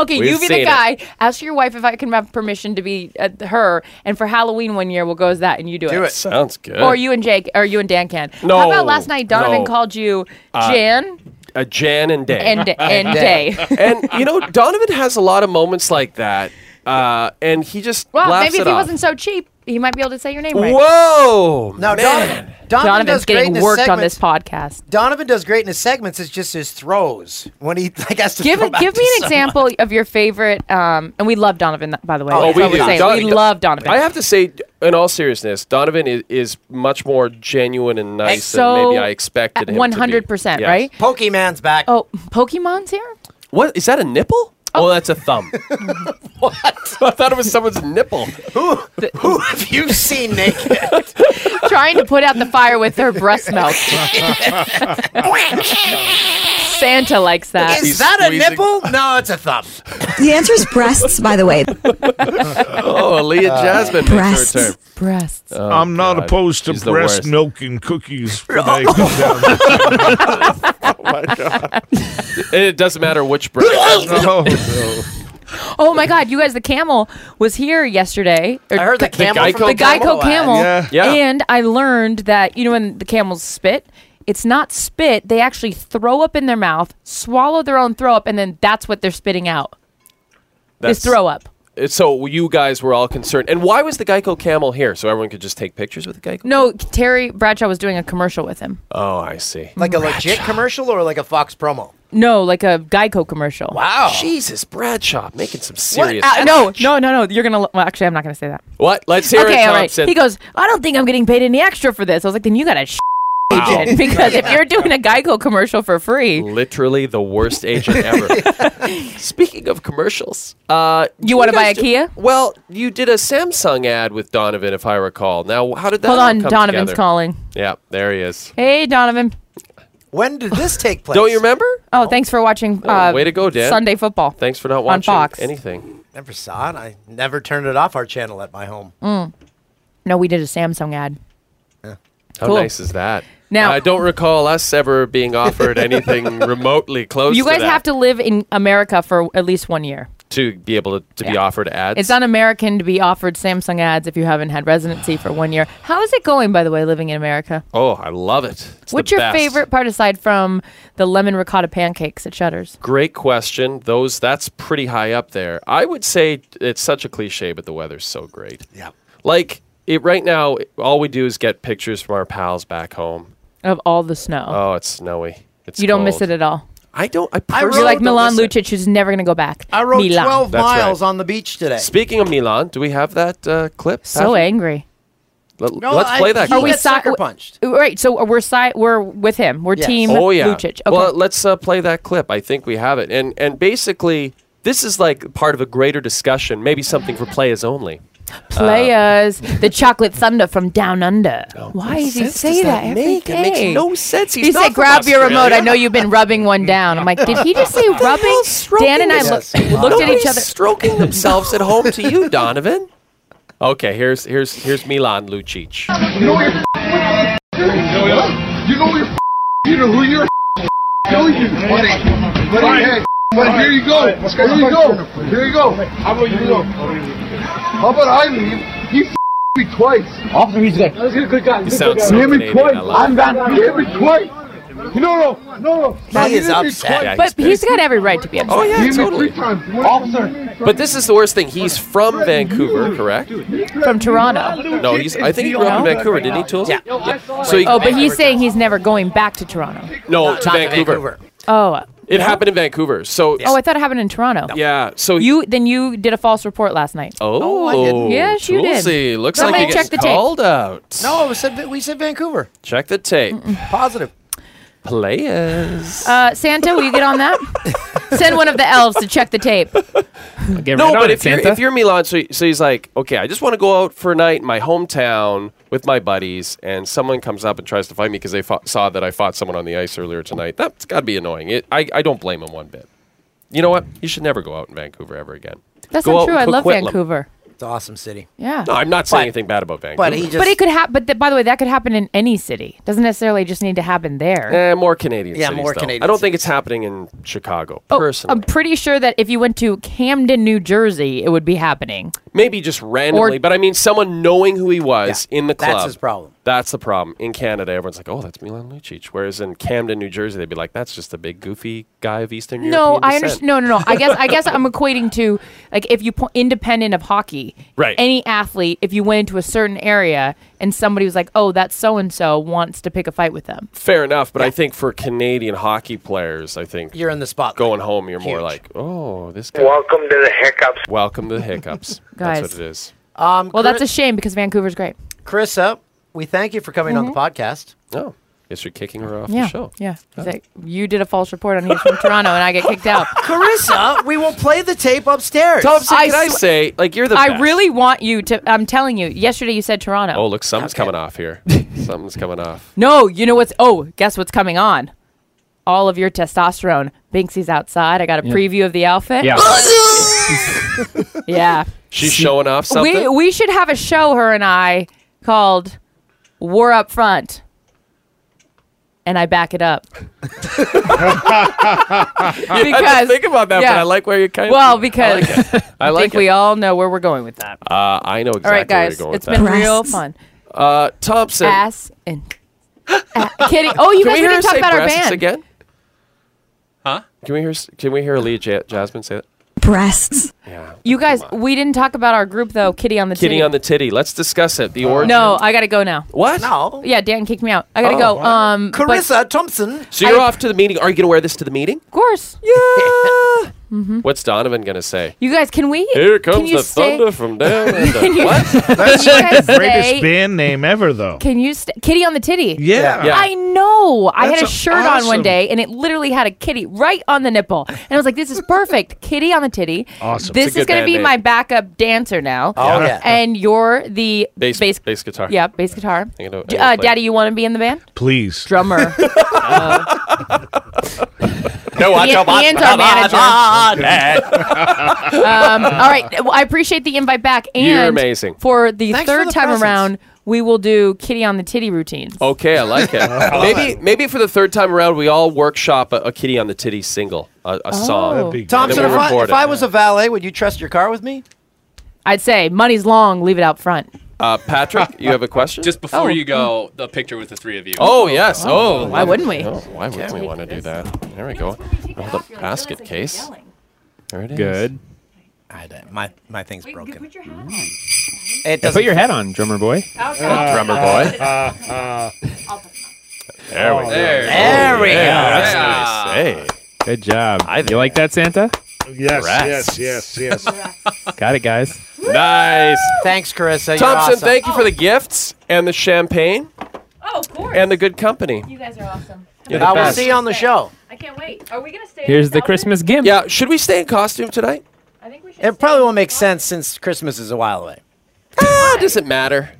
Speaker 10: okay,
Speaker 3: We've
Speaker 10: you be
Speaker 3: seen
Speaker 10: the
Speaker 3: it.
Speaker 10: guy. Ask your wife if I can have permission to be uh, her, and for Halloween one year, we'll go as that, and you do,
Speaker 3: Do it. Sounds good.
Speaker 10: Or you and Jake, or you and Dan can.
Speaker 3: No,
Speaker 10: How about last night? Donovan
Speaker 3: no.
Speaker 10: called you
Speaker 3: Uh,
Speaker 10: Jan.
Speaker 3: A Jan and Day. <laughs>
Speaker 10: And- and Day. <laughs>
Speaker 3: and you know, Donovan has a lot of moments like that, uh, and he just
Speaker 10: Well,
Speaker 3: laughs
Speaker 10: maybe
Speaker 3: it
Speaker 10: if he
Speaker 3: off.
Speaker 10: wasn't so cheap, he might be able to say your name right.
Speaker 3: Whoa!
Speaker 2: No, Donovan. Donovan
Speaker 10: Donovan's
Speaker 2: does great in
Speaker 10: getting
Speaker 2: his
Speaker 10: worked on
Speaker 2: segments.
Speaker 3: <laughs>
Speaker 10: this podcast.
Speaker 2: Donovan does great in his segments. It's just his throws when he like has to.
Speaker 10: Give
Speaker 2: throw
Speaker 10: give me
Speaker 2: back
Speaker 10: an
Speaker 2: to someone.
Speaker 10: example of your favorite, um, and we love Donovan by the way. That's what we're saying. we
Speaker 3: Oh, Don-
Speaker 10: love Donovan.
Speaker 3: I have to say, in all seriousness, Donovan is, is much more genuine and nice than maybe I expected him. to be.
Speaker 10: One hundred percent,
Speaker 3: Yes.
Speaker 10: right?
Speaker 2: Pokemon's back.
Speaker 10: Oh,
Speaker 3: <laughs>
Speaker 10: Pokemon's here.
Speaker 3: What is that? A nipple? Oh, that's a
Speaker 10: <laughs>
Speaker 3: thumb. <laughs> what? I thought it was someone's nipple.
Speaker 2: Who have you seen naked?
Speaker 10: <laughs> Trying to put out the fire with her breast
Speaker 3: <laughs>
Speaker 10: milk. Santa likes that.
Speaker 2: Is that a nipple? No, it's a thumb.
Speaker 14: The answer is breasts, by the way.
Speaker 3: Oh, Aaliyah Jasmine
Speaker 14: breasts.
Speaker 3: makes her return.
Speaker 10: Breasts.
Speaker 3: Oh,
Speaker 1: I'm not
Speaker 3: God.
Speaker 1: opposed to
Speaker 3: She's the
Speaker 1: breast
Speaker 3: worst.
Speaker 1: milk and
Speaker 3: <laughs>
Speaker 1: cookies when I go down.
Speaker 3: And it doesn't matter which breast. <laughs>
Speaker 1: <laughs> No,
Speaker 10: Oh my God, you guys! The camel was here yesterday. I
Speaker 2: heard the camel
Speaker 10: The
Speaker 2: from the camel
Speaker 10: Geico
Speaker 2: ad.
Speaker 10: camel.
Speaker 2: Yeah.
Speaker 3: Yeah.
Speaker 10: And I learned that you know when the camels spit, it's not spit. They actually throw up in their mouth, swallow their own throw up, and then that's what they're spitting out.
Speaker 3: That's-
Speaker 10: is throw up.
Speaker 3: So you guys were all concerned. And why was the Geico camel here? So everyone could just take pictures with the Geico?
Speaker 10: No, Terry Bradshaw was doing a commercial with him.
Speaker 3: Oh, I see.
Speaker 2: Like a legit commercial or like a Fox promo?
Speaker 10: No, like a Geico commercial.
Speaker 2: Wow.
Speaker 3: Jesus, Bradshaw making some serious.
Speaker 10: Uh, no, no, no, no. You're gonna. Well, actually, I'm not gonna say that.
Speaker 3: What? Let's hear
Speaker 10: okay,
Speaker 3: it,
Speaker 10: all right.
Speaker 3: Thompson.
Speaker 10: He goes, I don't think I'm getting paid any extra for this. I was like, then you got a sh-
Speaker 3: Wow. <laughs>
Speaker 10: agent because if you're doing a Geico commercial for free,
Speaker 3: Literally the worst agent ever. Speaking of commercials, uh,
Speaker 10: You wanna
Speaker 3: guys
Speaker 10: buy a
Speaker 3: do-
Speaker 10: Kia?
Speaker 3: Well, you did a Samsung ad with Donovan, if I recall. Now, how did that?
Speaker 10: hold
Speaker 3: all
Speaker 10: on,
Speaker 3: come
Speaker 10: Donovan's
Speaker 3: together?
Speaker 10: calling.
Speaker 3: Yeah, there he is.
Speaker 10: Hey, Donovan.
Speaker 2: When did this take
Speaker 3: <laughs>
Speaker 2: place?
Speaker 3: Don't you remember?
Speaker 10: Oh, thanks for watching.
Speaker 3: Oh,
Speaker 10: uh,
Speaker 3: way to go, Dan.
Speaker 10: Sunday football.
Speaker 3: Thanks for not
Speaker 10: On
Speaker 3: watching
Speaker 10: Fox.
Speaker 3: anything.
Speaker 2: Never saw it. I never turned it off our channel at my home.
Speaker 10: Mm. No, we did a Samsung ad.
Speaker 3: How
Speaker 10: Cool.
Speaker 3: nice is that?
Speaker 10: Now-
Speaker 3: I don't recall us ever being offered anything
Speaker 10: <laughs>
Speaker 3: remotely close.
Speaker 10: you
Speaker 3: to
Speaker 10: guys
Speaker 3: that
Speaker 10: have to live in America for at least one year.
Speaker 3: to be able to, to be offered ads.
Speaker 10: It's un-American to be offered Samsung ads if you haven't had residency for one year. How is it going, by the way, living in America?
Speaker 3: oh, I love it. It's the
Speaker 10: What's your
Speaker 3: best.
Speaker 10: favorite part aside from the lemon ricotta pancakes at Cheddar's?
Speaker 3: Great question. Those that's pretty high up there. I would say it's such a cliche, but the weather's so great. Yeah. Like it right now, all we do is get pictures from our pals back home.
Speaker 10: Of all the snow.
Speaker 3: Oh, it's snowy. It's
Speaker 10: you don't miss
Speaker 3: cold.
Speaker 10: it at all.
Speaker 3: I don't. I
Speaker 10: You're
Speaker 3: personally
Speaker 10: like
Speaker 3: don't
Speaker 10: Milan
Speaker 3: miss it.
Speaker 10: Lucic, who's never going to go back.
Speaker 2: I rode
Speaker 10: Milan.
Speaker 2: 12
Speaker 3: That's
Speaker 2: miles
Speaker 3: right.
Speaker 2: on the beach today.
Speaker 3: Speaking of Milan, do we have that uh, clip?
Speaker 10: So
Speaker 3: Patrick?
Speaker 10: angry.
Speaker 3: Let, us play that.
Speaker 10: Are
Speaker 3: clip.
Speaker 10: we sucker punched? Right. So we're si- We're with him. We're team
Speaker 3: oh yeah
Speaker 10: Lucic. Okay.
Speaker 3: well let's uh, play that clip i think we have it and and basically this is like part of a greater discussion maybe something for players only
Speaker 10: Players, the chocolate thunder from down under.
Speaker 3: Oh,
Speaker 10: Why does he say that, every day?
Speaker 3: It makes no sense. He's
Speaker 10: he
Speaker 3: not
Speaker 10: said,
Speaker 3: from
Speaker 10: "Grab your
Speaker 3: Australia."
Speaker 10: remote." I know you've been rubbing one down. I'm like, did he just
Speaker 3: <laughs>
Speaker 10: say
Speaker 3: What the
Speaker 10: rubbing?
Speaker 3: hell's
Speaker 10: Dan and I
Speaker 3: stroking this?
Speaker 10: look, looked at each
Speaker 3: Nobody's
Speaker 10: other.
Speaker 3: stroking themselves at home to
Speaker 10: <laughs>
Speaker 3: you donovan okay here's here's here's milan lucic
Speaker 15: You know your leader, who you're telling you, buddy. Buddy, hey, But here you go. Here you go. Here you go. How about you go? How about I leave? He f- me twice. Officer, he's there.
Speaker 3: He sounds
Speaker 15: He hit me
Speaker 3: intimidating,
Speaker 15: twice.
Speaker 3: I love
Speaker 15: I'm
Speaker 3: it.
Speaker 15: not. He hit me twice. No, no, no, no.
Speaker 3: He
Speaker 15: hit
Speaker 3: is
Speaker 15: me
Speaker 3: upset.
Speaker 15: twice.
Speaker 3: Yeah,
Speaker 10: But he's got every right to be upset.
Speaker 3: Oh, yeah,
Speaker 15: He hit me
Speaker 3: totally.
Speaker 15: three times. Officer.
Speaker 3: But this is the worst thing. He's from Vancouver, correct?
Speaker 10: From Toronto.
Speaker 3: No, he's. I think he grew up in
Speaker 10: No?
Speaker 3: Vancouver, didn't he, Tools? Yeah. So he,
Speaker 10: Oh, but he's saying he's never going back to Toronto.
Speaker 3: no to Vancouver.
Speaker 10: Oh.
Speaker 3: It happened in Vancouver. So
Speaker 10: Oh, I thought it happened in Toronto.
Speaker 3: yeah. So
Speaker 10: You then you did a false report last night.
Speaker 3: Oh,
Speaker 10: Yes, you did.
Speaker 3: Toolsy, Looks
Speaker 10: Somebody
Speaker 3: like you
Speaker 10: check
Speaker 3: get
Speaker 10: the tape.
Speaker 3: called out.
Speaker 2: No, we said, we said Vancouver.
Speaker 3: Check the tape.
Speaker 2: Positive.
Speaker 3: Players.
Speaker 10: Uh, Santa, will you get
Speaker 3: <laughs>
Speaker 10: on that? Send one of the elves to check the tape.
Speaker 3: no, but if you're if you're Milan, so, so he's like, okay, I just want to go out for a night in my hometown with my buddies, and someone comes up and tries to fight me because they fought, saw that I fought someone on the ice earlier tonight. That's got to be annoying. It, I I don't blame him one bit. You know what? You should never go out in Vancouver ever again.
Speaker 10: That's
Speaker 3: Go
Speaker 10: not
Speaker 3: out
Speaker 10: true.
Speaker 3: in
Speaker 10: I love
Speaker 3: Coquitlam.
Speaker 10: Vancouver.
Speaker 2: It's an awesome city.
Speaker 10: Yeah.
Speaker 3: No, I'm not saying anything bad about Vancouver.
Speaker 2: but he just-
Speaker 10: but it could happen. But th- by the way, that could happen in any city. Doesn't necessarily just need to happen there.
Speaker 3: Eh, more Canadian
Speaker 10: Yeah,
Speaker 3: cities,
Speaker 10: more
Speaker 3: though.
Speaker 10: Canadian
Speaker 3: I don't think it's happening in Chicago,
Speaker 10: Oh,
Speaker 3: personally.
Speaker 10: I'm pretty sure that if you went to Camden, New Jersey, it would be happening.
Speaker 3: Maybe just randomly, but I mean, someone knowing who he was in the
Speaker 10: that's
Speaker 3: club.
Speaker 10: his problem.
Speaker 3: That's the problem. In Canada, everyone's like, "Oh, that's Milan Lucic," whereas in Camden, New Jersey, they'd be like, "That's just a big goofy guy of Eastern Europe."
Speaker 10: No, I understand. No, no, no. I guess I
Speaker 3: <laughs>
Speaker 10: guess I'm equating to like if you po- independent of hockey,
Speaker 3: Right.
Speaker 10: Any athlete, if you went into a certain area and somebody was like, "Oh, that so and so wants to pick a fight with them,"
Speaker 3: Fair enough, but I think for Canadian hockey players, I think
Speaker 2: you're in the spot.
Speaker 3: Going home, you're more
Speaker 2: Huge.
Speaker 3: like, "Oh, this guy." Welcome to the hiccups. Welcome to the
Speaker 10: <laughs>
Speaker 3: hiccups. That's
Speaker 10: Guys.
Speaker 3: what it is.
Speaker 2: Um,
Speaker 10: well, that's a
Speaker 2: Chris-
Speaker 10: shame because Vancouver's great.
Speaker 2: Chris up. We thank you for coming
Speaker 10: Mm-hmm.
Speaker 2: on the podcast.
Speaker 3: Oh, guess you're kicking her off
Speaker 10: yeah,
Speaker 3: the show.
Speaker 10: yeah. It's like, you did a false report on here from Toronto, and I get
Speaker 3: <laughs>
Speaker 10: kicked out.
Speaker 2: Carissa, we will play the tape upstairs.
Speaker 3: Thompson, can I, say, like, you're the
Speaker 10: I
Speaker 3: best.
Speaker 10: really want you to. I'm telling you. Yesterday you said Toronto.
Speaker 3: Oh, look, something's coming off
Speaker 10: <laughs>
Speaker 3: here. something's coming off.
Speaker 10: No, you know what's. Oh, guess what's coming on? All of your testosterone. Binksy's outside. I got a
Speaker 3: Yeah.
Speaker 10: preview of the outfit.
Speaker 3: Yeah.
Speaker 10: <laughs> yeah.
Speaker 3: She's showing off <laughs> something.
Speaker 10: We we should have a show her and I called "We're Up Front," and I back it
Speaker 3: <laughs>
Speaker 10: up.
Speaker 3: I didn't think about that, but I like where you're kind of.
Speaker 10: Well, because
Speaker 3: I like it. I,
Speaker 10: I
Speaker 3: like
Speaker 10: think
Speaker 3: it.
Speaker 10: we all know where we're going with that.
Speaker 3: Uh, I know exactly
Speaker 10: all right,
Speaker 3: where
Speaker 10: guys,
Speaker 3: you're going
Speaker 10: it's
Speaker 3: with
Speaker 10: been
Speaker 3: that.
Speaker 10: real fun.
Speaker 3: Uh, Thompson.
Speaker 10: Ass
Speaker 3: <laughs>
Speaker 10: and Ah, kidding. Oh, you
Speaker 3: can
Speaker 10: guys
Speaker 3: we hear her
Speaker 10: didn't talk
Speaker 3: say
Speaker 10: about our
Speaker 3: breasts
Speaker 10: band
Speaker 3: again? Huh? Can we hear? s- Can we hear Leah ja- Jasmine say that?
Speaker 10: Breasts.
Speaker 3: Yeah.
Speaker 10: You guys, we didn't talk about our group though. Kitty on the
Speaker 3: Kitty
Speaker 10: Titty.
Speaker 3: on the titty. Let's discuss it. The origin.
Speaker 10: No, I gotta go now.
Speaker 3: What?
Speaker 2: No.
Speaker 10: Yeah, Dan kicked me out. I gotta
Speaker 3: Oh,
Speaker 10: go.
Speaker 3: wow.
Speaker 10: Um, but-
Speaker 2: Thompson.
Speaker 3: So you're
Speaker 10: I-
Speaker 3: off to the meeting. Are you going to wear this to the meeting?
Speaker 10: Of course.
Speaker 3: Yeah. What's Donovan going to say?
Speaker 10: You guys, can we?
Speaker 3: Here
Speaker 10: can
Speaker 3: comes
Speaker 10: you
Speaker 3: the
Speaker 10: stay-
Speaker 3: thunder from down
Speaker 10: <laughs> Can
Speaker 3: under.
Speaker 10: you-
Speaker 3: What?
Speaker 10: That's
Speaker 3: <laughs>
Speaker 10: You like guys the greatest say-
Speaker 1: band name ever, though.
Speaker 10: Can you st- kitty on the titty?
Speaker 1: Yeah. Yeah.
Speaker 10: I know. I had a
Speaker 1: That's
Speaker 10: shirt on one
Speaker 1: awesome.
Speaker 10: day and it literally had a kitty right on the nipple. And I was like, this is perfect. <laughs> kitty on the titty.
Speaker 3: Awesome.
Speaker 10: This
Speaker 3: It's a
Speaker 10: is
Speaker 3: good
Speaker 10: going to
Speaker 3: band
Speaker 10: be
Speaker 3: name.
Speaker 10: my backup dancer now.
Speaker 3: Oh, yeah.
Speaker 10: And you're the
Speaker 3: Bass,
Speaker 10: bass,
Speaker 3: bass, guitar.
Speaker 10: yeah, bass guitar.
Speaker 3: I know- I
Speaker 10: D-
Speaker 3: know
Speaker 10: uh,
Speaker 3: play-
Speaker 10: Daddy, you want to be in the band? Uh,
Speaker 1: Please.
Speaker 10: <laughs> Drummer.
Speaker 3: <laughs> No, I
Speaker 10: Ian-
Speaker 3: don't want-
Speaker 10: Ian's our manager.
Speaker 3: um,
Speaker 10: um, all right. Well, I appreciate the invite back. And
Speaker 3: You're amazing.
Speaker 10: For the
Speaker 3: Thanks
Speaker 10: third
Speaker 3: for the
Speaker 10: time
Speaker 3: presents.
Speaker 10: around, we will do kitty on the titty routines.
Speaker 3: Okay, I like <laughs> it. maybe maybe for the third time around, we all workshop a, a Kitty on the Titty single, a,
Speaker 10: Oh.
Speaker 3: a song.
Speaker 2: Thompson,
Speaker 3: And
Speaker 2: if
Speaker 3: then we
Speaker 2: I,
Speaker 3: record
Speaker 2: if
Speaker 3: it.
Speaker 2: I was a valet, would you trust your car with me?
Speaker 10: I'd say money's long, leave it out front.
Speaker 3: Uh, Patrick, you have a question? Just
Speaker 10: Oh.
Speaker 13: Before you go, the picture with the three of you.
Speaker 3: Oh, yes. Oh.
Speaker 10: why wouldn't we?
Speaker 3: Oh, why wouldn't we want to do that? There we go. Hold the basket case. There it is.
Speaker 4: Good.
Speaker 2: I don't, my my thing's broken.
Speaker 4: Yeah, put your head on, drummer boy.
Speaker 2: Uh,
Speaker 3: drummer boy. <laughs> Oh, there we go.
Speaker 4: There,
Speaker 3: There we go. That's
Speaker 4: Yeah.
Speaker 3: nice. Hey.
Speaker 4: Good job. you like that, Santa?
Speaker 1: Yes,
Speaker 4: Breasts.
Speaker 1: yes, yes,
Speaker 3: <laughs>
Speaker 1: yes.
Speaker 4: Got it, guys.
Speaker 3: Nice.
Speaker 2: Thanks, Carissa.
Speaker 3: Thompson, thank you for the gifts and the champagne. Oh, of course. And the good company.
Speaker 10: You guys are awesome.
Speaker 3: You're the
Speaker 2: I will
Speaker 3: best.
Speaker 2: see you on the show.
Speaker 10: I can't wait. Are we gonna stay?
Speaker 4: Here's the Christmas gift.
Speaker 3: Yeah, should we stay in costume tonight?
Speaker 2: It probably won't make sense since Christmas is a while away.
Speaker 3: Ah, doesn't matter.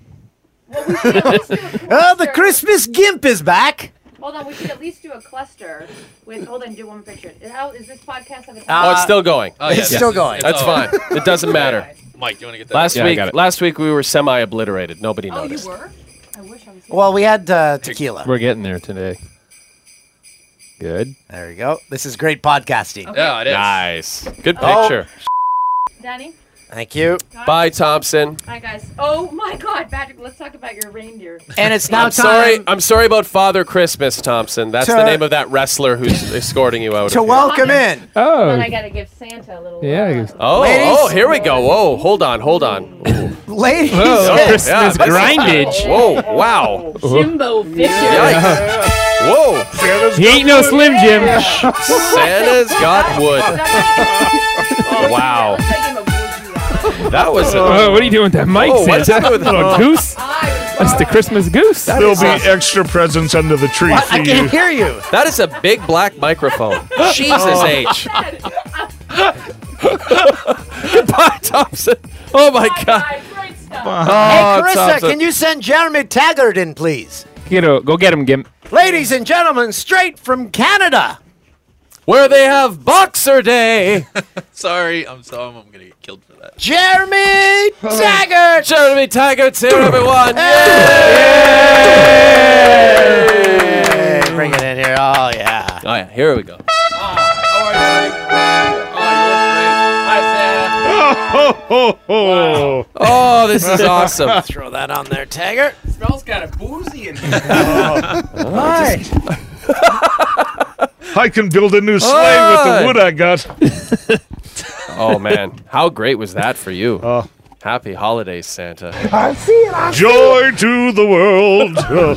Speaker 2: <laughs> Oh, the Christmas gimp is back.
Speaker 10: Hold on, we should at least do a cluster with. Hold on, do one picture. How is this podcast have a
Speaker 3: oh, it's still going.
Speaker 13: Oh, yeah, It's this
Speaker 10: still is-
Speaker 13: going. it's
Speaker 3: That's
Speaker 13: all
Speaker 3: fine.
Speaker 13: right.
Speaker 3: It <laughs> doesn't matter.
Speaker 13: Mike, you want to get that?
Speaker 3: Last
Speaker 13: Yeah, I
Speaker 3: week,
Speaker 13: got it.
Speaker 3: last week we were semi-obliterated.
Speaker 10: Oh,
Speaker 3: Nobody noticed.
Speaker 2: Well, we had uh, tequila.
Speaker 4: We're getting there today. Good.
Speaker 2: There you go. This is great podcasting.
Speaker 10: Okay. Yeah, it is.
Speaker 3: Nice. Good
Speaker 2: Oh.
Speaker 3: picture.
Speaker 10: Danny?
Speaker 2: Thank you.
Speaker 3: Bye, Thompson.
Speaker 10: Hi, guys. Oh, my God, Patrick, let's talk about your reindeer.
Speaker 2: Oh,
Speaker 3: I'm sorry. I'm sorry about Father Christmas, Thompson. That's
Speaker 2: To-
Speaker 3: the name of that wrestler who's escorting you out.
Speaker 2: To
Speaker 3: of here.
Speaker 2: welcome in. <laughs>
Speaker 4: Oh.
Speaker 10: Then I got to give Santa a little.
Speaker 3: Yeah. Oh, oh, here we go. Whoa, hold on, hold on.
Speaker 2: Ladies,
Speaker 3: Oh,
Speaker 2: yes.
Speaker 3: yeah, that's- Whoa, wow.
Speaker 10: Jimbo Fisher. <laughs>
Speaker 3: Yikes. Whoa.
Speaker 4: He ain't no Slim Jim. <laughs>
Speaker 3: Santa's got wood. Wow. <laughs> That was a-
Speaker 4: Whoa, Oh, what are you doing with that mic,
Speaker 3: Whoa, Oh,
Speaker 4: Santa?
Speaker 3: what is that with-
Speaker 4: Little goose. That's the Christmas goose.
Speaker 1: There'll be extra presents under the tree for you.
Speaker 2: you.
Speaker 3: That is a big black microphone. Jesus
Speaker 1: Oh.
Speaker 3: H. Goodbye, Thompson. Oh my God.
Speaker 2: hey,
Speaker 3: Oh,
Speaker 2: Carissa,
Speaker 3: Thompson.
Speaker 2: can you send Jeremy Taggart in, please?
Speaker 4: Kiddo, go get him, Gimp.
Speaker 2: Ladies and gentlemen, straight from Canada.
Speaker 3: Where they have Boxer Day.
Speaker 13: Sorry, I'm so I'm, I'm gonna get killed for that.
Speaker 2: Jeremy Taggart.
Speaker 3: Jeremy Taggart's here, everyone.
Speaker 2: Bring it in here. Oh yeah.
Speaker 3: Oh yeah, here we go.
Speaker 1: Oh,
Speaker 3: Oh, this is awesome.
Speaker 2: Throw that on there, Taggart.
Speaker 7: Smells kind of boozy in here.
Speaker 2: Hi.
Speaker 1: I can build a new sleigh with
Speaker 3: Hi.
Speaker 1: the wood I got.
Speaker 3: Oh man, how great was that for you? Happy holidays, Santa.
Speaker 11: uh,
Speaker 1: see it. Joy to the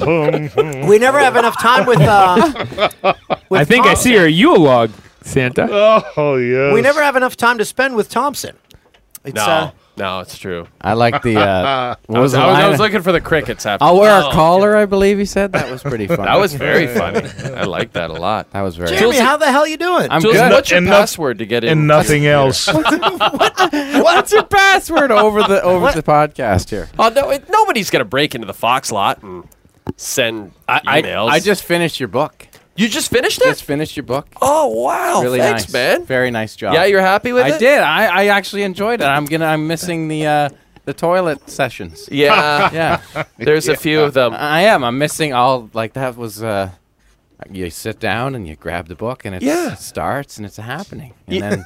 Speaker 1: world.
Speaker 2: we never have enough time with. Uh,
Speaker 4: I think I see her Yule log, Santa.
Speaker 1: <laughs> Oh yeah.
Speaker 2: we never have enough time to spend with Thompson. It's,
Speaker 3: no,
Speaker 2: uh,
Speaker 3: no, it's true.
Speaker 11: I like the.
Speaker 3: <laughs>
Speaker 11: Uh, what
Speaker 3: I was,
Speaker 11: was the
Speaker 3: I was- I
Speaker 11: line?
Speaker 3: was looking for the crickets. After
Speaker 11: I'll wear
Speaker 3: Oh.
Speaker 11: a collar, I believe he said. That was pretty
Speaker 3: <laughs>
Speaker 11: funny.
Speaker 3: That was very funny. I like that a lot. That was very.
Speaker 2: Jeremy, how the hell you doing?
Speaker 11: I'm
Speaker 3: Jules,
Speaker 11: good.
Speaker 3: what's your
Speaker 11: And noth-
Speaker 3: password to get in?
Speaker 1: and nothing else.
Speaker 11: <laughs> What's your password over the over
Speaker 3: What?
Speaker 11: the podcast here?
Speaker 3: Oh no, it, nobody's gonna break into the Fox lot and send
Speaker 11: I,
Speaker 3: emails.
Speaker 11: I just finished your book.
Speaker 3: You just finished it?
Speaker 11: Just finished your book.
Speaker 3: Oh wow!
Speaker 11: really
Speaker 3: Thanks,
Speaker 11: nice,
Speaker 3: man.
Speaker 11: Very nice job.
Speaker 3: Yeah, you're happy with
Speaker 11: I
Speaker 3: it?
Speaker 11: did. I, I actually enjoyed it. I'm gonna. I'm missing the uh, the toilet sessions.
Speaker 3: <laughs> Yeah. <laughs>
Speaker 11: yeah.
Speaker 3: There's a few of them.
Speaker 11: I am. I'm missing all. Like that was. Uh, you sit down and you grab the book and it's,
Speaker 3: Yeah.
Speaker 11: it starts and it's happening. And then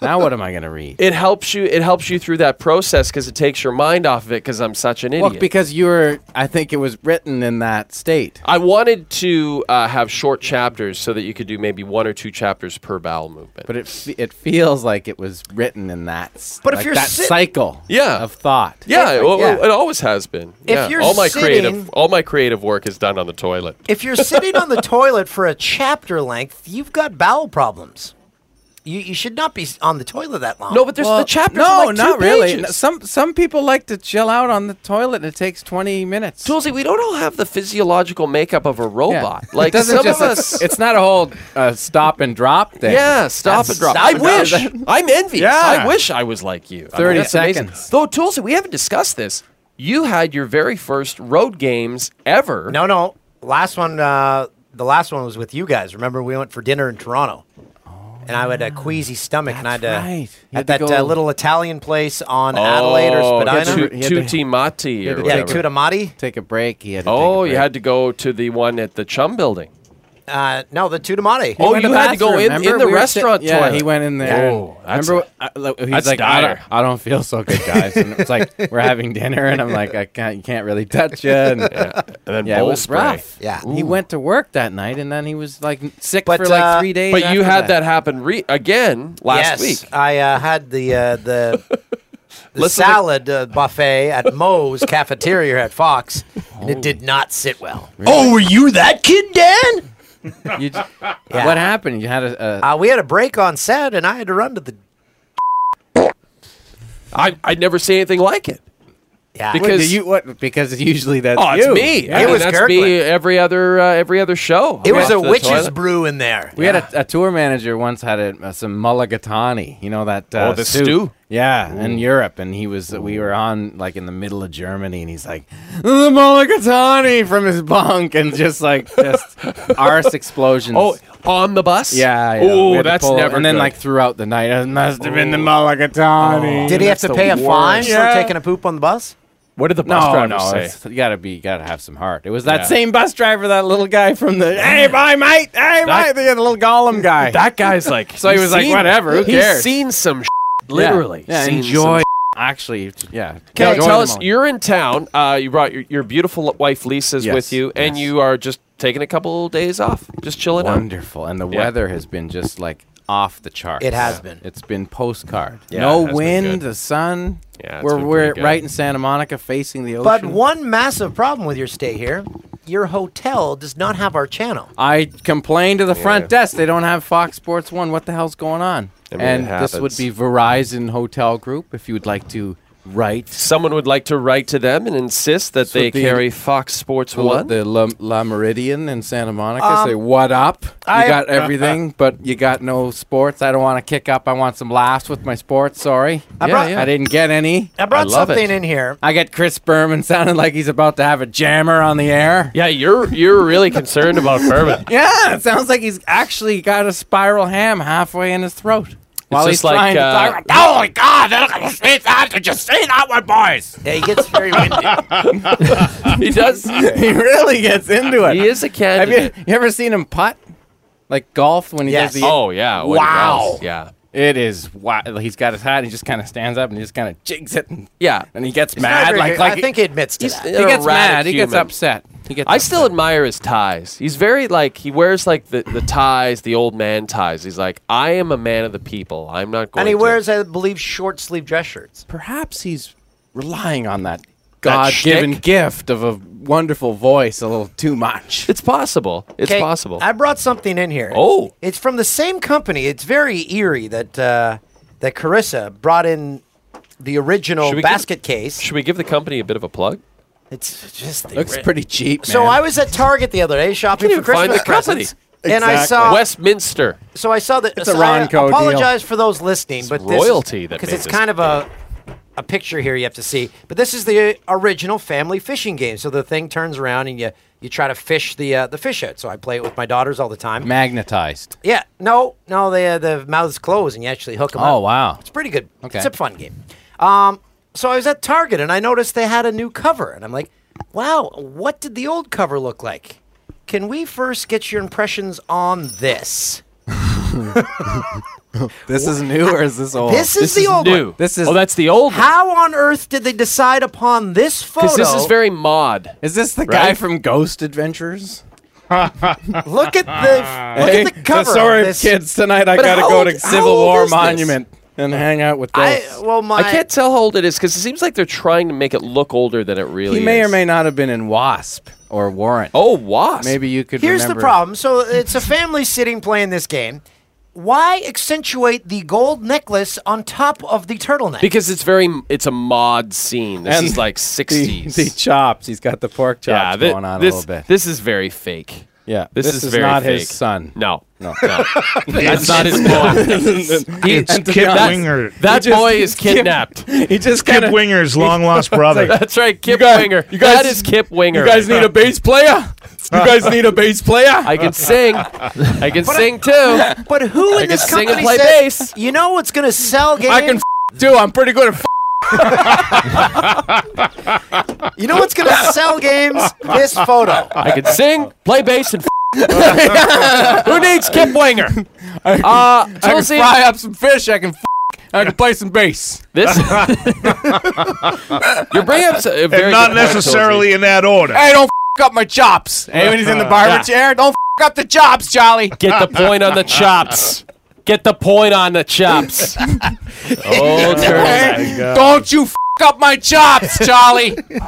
Speaker 11: now what am I gonna read?
Speaker 3: It helps you. It helps you through that process because it takes your mind off of it. Because I'm such an
Speaker 11: Well,
Speaker 3: idiot.
Speaker 11: because you were. I think it was written in that state.
Speaker 3: I wanted to uh, have short chapters so that you could do maybe one or two chapters per bowel movement.
Speaker 11: But it fe- it feels like it was written in that. s-
Speaker 2: But if
Speaker 11: like
Speaker 2: you're
Speaker 11: that
Speaker 2: sit-
Speaker 11: cycle,
Speaker 3: yeah,
Speaker 11: of thought,
Speaker 3: yeah,
Speaker 11: Like,
Speaker 3: it, well, it always has been.
Speaker 2: If
Speaker 3: yeah.
Speaker 2: you're
Speaker 3: all my
Speaker 2: sitting-
Speaker 3: creative, all my creative work is done on the toilet.
Speaker 2: If you're sitting on the toilet for a chapter length, you've got bowel problems. You, you should not be s- on the toilet that long.
Speaker 11: Well, No, not really. N- Some some people like to chill out on the toilet, and it takes twenty minutes.
Speaker 3: Tulsi, we don't all have the physiological makeup of a
Speaker 11: Yeah.
Speaker 3: robot.
Speaker 11: It
Speaker 3: Like
Speaker 11: doesn't
Speaker 3: some
Speaker 11: just-
Speaker 3: of us.
Speaker 11: it's not a whole uh, stop and drop thing.
Speaker 3: Yeah, stop and drop. I wish. I'm envious.
Speaker 11: Yeah.
Speaker 3: I wish I was like you. I
Speaker 11: 30
Speaker 3: that's amazing.
Speaker 11: seconds.
Speaker 3: Though, Tulsi, we haven't discussed this. You had your very first road games ever.
Speaker 2: No, no. Last one. Uh, the last one was with you guys. Remember, we went for dinner in Toronto, and I
Speaker 3: Oh,
Speaker 2: had a queasy stomach, and I had, to,
Speaker 11: right. You
Speaker 2: at
Speaker 11: had to
Speaker 2: that uh,
Speaker 11: go-
Speaker 2: little Italian place on Adelaide or
Speaker 3: Oh,
Speaker 2: Spadina.
Speaker 3: Tu- Tutti Matti or
Speaker 2: yeah,
Speaker 3: whatever.
Speaker 2: Tutamati.
Speaker 11: <laughs> Take a break. He had to
Speaker 3: Oh,
Speaker 11: take a
Speaker 3: you had to go to the one at the Chum Building.
Speaker 2: Uh, no, the Tutamati.
Speaker 3: Oh, you had to go in, in the restaurant
Speaker 11: yeah,
Speaker 3: toilet.
Speaker 11: he went in there.
Speaker 3: Oh,
Speaker 11: and
Speaker 3: that's
Speaker 11: remember, what- I, like, he's
Speaker 3: that's
Speaker 11: like, I don't,
Speaker 3: dire.
Speaker 11: I don't feel so good, guys. And it's
Speaker 3: <laughs>
Speaker 11: like we're having dinner, and I'm like, I can't, you can't really touch you. And,
Speaker 3: Yeah. And then
Speaker 11: yeah,
Speaker 3: bowl
Speaker 11: it was
Speaker 3: spray.
Speaker 11: rough.
Speaker 2: Yeah,
Speaker 11: he went to work that night, and then he was like sick
Speaker 2: But,
Speaker 11: for like
Speaker 2: uh,
Speaker 11: three days.
Speaker 3: But you
Speaker 11: after
Speaker 3: had that, happen re- again last
Speaker 2: yes,
Speaker 3: week.
Speaker 2: I uh, had the uh,
Speaker 3: <laughs>
Speaker 2: the, the
Speaker 3: Listen to-
Speaker 2: salad uh, buffet at Moe's cafeteria at Fox, and it
Speaker 3: Oh.
Speaker 2: did not sit well.
Speaker 11: Really?
Speaker 2: Oh, were you that kid, Dan?
Speaker 3: <laughs>
Speaker 11: You j-
Speaker 2: Yeah.
Speaker 11: What happened? You had a, a
Speaker 2: Uh, we had a break on set, and I had to run to the
Speaker 3: I, I'd never see anything like it.
Speaker 2: yeah.
Speaker 3: Because-
Speaker 11: Wait, do you what? Because usually that's
Speaker 3: Oh, it's
Speaker 11: you.
Speaker 3: me.
Speaker 11: Yeah.
Speaker 3: I
Speaker 2: It
Speaker 3: mean,
Speaker 2: was
Speaker 3: that's
Speaker 2: gurgling.
Speaker 3: me every other uh, every other show.
Speaker 2: It
Speaker 3: I'm
Speaker 2: was
Speaker 3: off
Speaker 2: a
Speaker 3: the
Speaker 2: witch's
Speaker 3: toilet.
Speaker 2: brew in there.
Speaker 11: We had a, a tour manager once had a, uh, some mulligatawny, you know that uh,
Speaker 3: Oh, the
Speaker 11: soup.
Speaker 3: stew?
Speaker 11: Yeah, in Europe, and he was we were on like in the middle of Germany, and he's like the mulligatawny from his bunk, and just like
Speaker 3: <laughs>
Speaker 11: just arse explosions.
Speaker 3: Oh, on the bus?
Speaker 11: yeah, yeah. we
Speaker 3: Oh,
Speaker 11: had to
Speaker 3: that's
Speaker 11: pull-
Speaker 3: never.
Speaker 11: And then
Speaker 3: good.
Speaker 11: like throughout the night, it must have been the mulligatawny.
Speaker 2: Did he have
Speaker 3: That's
Speaker 2: to
Speaker 3: the
Speaker 2: pay a fine
Speaker 3: worst.
Speaker 2: for
Speaker 11: Yeah.
Speaker 2: taking a poop on the bus?
Speaker 3: What did the bus
Speaker 11: no,
Speaker 3: driver
Speaker 11: no,
Speaker 3: say?
Speaker 11: it's- You gotta be, you gotta have some heart. It was that
Speaker 3: Yeah.
Speaker 11: same bus driver, that little guy from the hey, bye, mate, hey,
Speaker 3: That-
Speaker 11: mate, the, the little golem guy.
Speaker 3: That guy's <laughs> like,
Speaker 11: so he
Speaker 3: he's
Speaker 11: was like,
Speaker 3: seen-
Speaker 11: whatever, who
Speaker 3: he's
Speaker 11: cares?
Speaker 3: seen <laughs> some shit,
Speaker 11: Yeah.
Speaker 3: literally.
Speaker 11: Yeah,
Speaker 3: seen some
Speaker 11: enjoy.
Speaker 3: shit.
Speaker 11: Actually, yeah.
Speaker 3: Now,
Speaker 11: enjoy
Speaker 3: tell
Speaker 11: them
Speaker 3: us,
Speaker 11: all.
Speaker 3: you're in town. Uh, you brought your, your beautiful wife Lisa's
Speaker 11: Yes,
Speaker 3: with you, and you are just taking a couple days off, just chilling
Speaker 11: Wonderful. And the
Speaker 3: um, Yeah.
Speaker 11: weather has been just like off the chart.
Speaker 3: It has
Speaker 11: been. It's been postcard.
Speaker 3: Yeah,
Speaker 11: no
Speaker 3: it has been
Speaker 11: wind,
Speaker 3: good.
Speaker 11: the sun.
Speaker 3: Yeah, it's
Speaker 11: we're
Speaker 3: been
Speaker 11: we're
Speaker 3: pretty good.
Speaker 11: right in Santa Monica facing the
Speaker 2: But
Speaker 11: ocean.
Speaker 2: one massive problem with your stay here your hotel does not have our channel.
Speaker 11: I complained to the front desk. They don't have Fox Sports 1. What the hell's going on?
Speaker 2: I mean, it
Speaker 11: and this would
Speaker 3: happens.
Speaker 11: be Verizon Hotel Group if you would like to write.
Speaker 3: Someone would like to write to them and insist that they carry Fox Sports 1.
Speaker 11: The La, La Meridian in Santa Monica.
Speaker 3: Um,
Speaker 11: Say, what up? You
Speaker 3: I-
Speaker 11: got everything, but you got no sports. I don't want to kick up. I want some laughs with my sports. Sorry.
Speaker 2: I brought-
Speaker 11: I didn't get any.
Speaker 2: I brought something in here.
Speaker 11: I got Chris Berman <laughs> sounding like he's about to have a jammer on the air.
Speaker 3: Yeah, you're you're really concerned about Furman.
Speaker 11: Yeah, it <laughs> sounds like he's actually got a spiral ham halfway in his throat. While
Speaker 3: just
Speaker 11: he's
Speaker 3: like,
Speaker 11: trying
Speaker 3: uh,
Speaker 11: to talk. Oh my God! Look at the street. How Did you see that one, boys?
Speaker 2: Yeah, he gets <laughs> very windy.
Speaker 3: <laughs> he does.
Speaker 11: <laughs> he really gets into it.
Speaker 3: He is a
Speaker 11: Have you,
Speaker 3: candidate.
Speaker 11: you ever seen him putt? Like golf when he does the.
Speaker 3: Oh yeah. what he
Speaker 11: Wow.
Speaker 3: does, Yeah.
Speaker 11: It is wild. He's got his hat. and He just kind of stands up and he just kind of jigs it. And,
Speaker 3: yeah,
Speaker 11: and he gets
Speaker 3: not
Speaker 11: mad.
Speaker 3: very
Speaker 11: Like,
Speaker 3: good.
Speaker 11: like
Speaker 3: I think
Speaker 2: he admits to
Speaker 11: He gets mad. He gets upset. He gets
Speaker 3: I still admire his ties. He's very like he wears like the, the ties, the old man ties. He's like, I am a man of the people. I'm not going.
Speaker 2: And he
Speaker 3: to-
Speaker 2: wears, I believe, short sleeve dress shirts.
Speaker 11: Perhaps he's relying on that
Speaker 3: That
Speaker 11: God-given gift of a wonderful voice a little too <laughs> much.
Speaker 3: It's possible. It's
Speaker 2: 'Kay,
Speaker 3: possible.
Speaker 2: I brought something in here.
Speaker 3: Oh.
Speaker 2: It's from the same company. It's very eerie that uh, that Carissa brought in the original
Speaker 3: Should we
Speaker 2: basket
Speaker 3: give-
Speaker 2: case.
Speaker 3: Should we give the company a bit of a plug?
Speaker 2: It's just
Speaker 11: Looks pretty cheap.
Speaker 2: So I was at Target the other day shopping for Christmas
Speaker 3: find the company.
Speaker 2: presents. And I
Speaker 11: Uh,
Speaker 2: saw
Speaker 3: Westminster.
Speaker 2: So I saw that.
Speaker 3: It's a
Speaker 2: so I
Speaker 3: Ronco deal.
Speaker 2: apologize for those listening, but this,
Speaker 3: royalty that
Speaker 2: because
Speaker 3: made
Speaker 2: it's
Speaker 3: this
Speaker 2: kind of a a picture here you have to see. But this is the original family fishing game. So the thing turns around and you you try to fish the uh, the fish out. So I play it with my daughters all the time.
Speaker 11: magnetized.
Speaker 2: Yeah, no, no, the uh, the mouth's closed and you actually hook them up.
Speaker 11: Oh wow.
Speaker 2: It's pretty good.
Speaker 11: Okay.
Speaker 2: It's a fun game. Um, so I was at Target and I noticed they had a new cover, and I'm like, wow, what did the old cover look like? Can we first get your impressions on this?
Speaker 11: This is new or is this old?
Speaker 2: This is This the is old new. one.
Speaker 11: This is
Speaker 3: Oh, that's the old
Speaker 2: How on earth did they decide upon this photo?
Speaker 3: Because this is very mod.
Speaker 11: Is this the guy from Ghost Adventures?
Speaker 2: <laughs> look at the look
Speaker 11: Hey,
Speaker 2: at the cover.
Speaker 11: so
Speaker 2: of
Speaker 11: sorry,
Speaker 2: this.
Speaker 11: kids. Tonight I
Speaker 2: But
Speaker 11: gotta
Speaker 2: how
Speaker 11: go
Speaker 2: old-
Speaker 11: to
Speaker 2: how
Speaker 11: Civil
Speaker 2: old
Speaker 11: War
Speaker 2: is this?
Speaker 11: Monument and hang out with
Speaker 2: I-
Speaker 11: ghosts.
Speaker 2: well, my
Speaker 3: I can't tell how old it is because it seems like they're trying to make it look older than it really
Speaker 11: he may
Speaker 3: is.
Speaker 11: or may not have been in Wasp or Warrant.
Speaker 3: Oh, Wasp.
Speaker 11: Maybe you could.
Speaker 2: Here's
Speaker 11: remember.
Speaker 2: the problem. So it's a family sitting playing this game. Why accentuate the gold necklace on top of the turtleneck?
Speaker 3: because it's very it's a mod scene. This
Speaker 11: And
Speaker 3: is like
Speaker 11: <laughs> The,
Speaker 3: sixties.
Speaker 11: the chops. He's got the pork chops
Speaker 3: yeah, thi-
Speaker 11: going on
Speaker 3: this,
Speaker 11: a little bit.
Speaker 3: This is very fake.
Speaker 11: Yeah,
Speaker 3: this,
Speaker 11: this
Speaker 3: is,
Speaker 11: is
Speaker 3: very
Speaker 11: not
Speaker 3: fake.
Speaker 11: his son.
Speaker 3: No,
Speaker 11: No. <laughs>
Speaker 3: that's not his boy. He-
Speaker 11: And to be
Speaker 3: Kip
Speaker 11: honest,
Speaker 3: Winger.
Speaker 11: he
Speaker 3: That
Speaker 11: just-
Speaker 3: boy is
Speaker 11: Kip- <laughs>
Speaker 3: kidnapped.
Speaker 11: he just
Speaker 3: Kip
Speaker 11: kinda,
Speaker 3: Winger's long lost
Speaker 11: brother.
Speaker 3: That's right, Kip Winger.
Speaker 11: You guys,
Speaker 3: that is Kip Winger.
Speaker 11: You guys need a bass player. You guys need a bass player.
Speaker 3: I can sing. I can
Speaker 2: But
Speaker 11: <laughs>
Speaker 2: I-
Speaker 3: sing too.
Speaker 2: <laughs> But who
Speaker 3: I
Speaker 2: in
Speaker 3: can
Speaker 2: this
Speaker 3: sing
Speaker 2: company
Speaker 3: and play
Speaker 2: says, You know what's going to sell games?
Speaker 11: I can f- do. I'm pretty good at. F-
Speaker 2: you know what's going to sell games? This photo.
Speaker 3: I can sing, play bass, and. <laughs> f- Who needs Kip Winger?
Speaker 11: I can,
Speaker 3: Uh,
Speaker 11: I can
Speaker 3: Tulsi-
Speaker 11: fry up some fish. I can. F- I can play some bass.
Speaker 3: This you're bringing up s- a very
Speaker 1: and not
Speaker 3: good point,
Speaker 1: necessarily in that order.
Speaker 11: Hey, don't f- up my chops. Hey, when he's in the barber
Speaker 3: Yeah.
Speaker 11: chair, don't f- up the chops, Charlie.
Speaker 3: Tulsi. Get the point on the chops. Get the point on the
Speaker 11: <laughs>
Speaker 3: chops. oh,
Speaker 11: Hey,
Speaker 3: Charlie.
Speaker 11: don't you f- up my chops, Charlie.
Speaker 3: <laughs>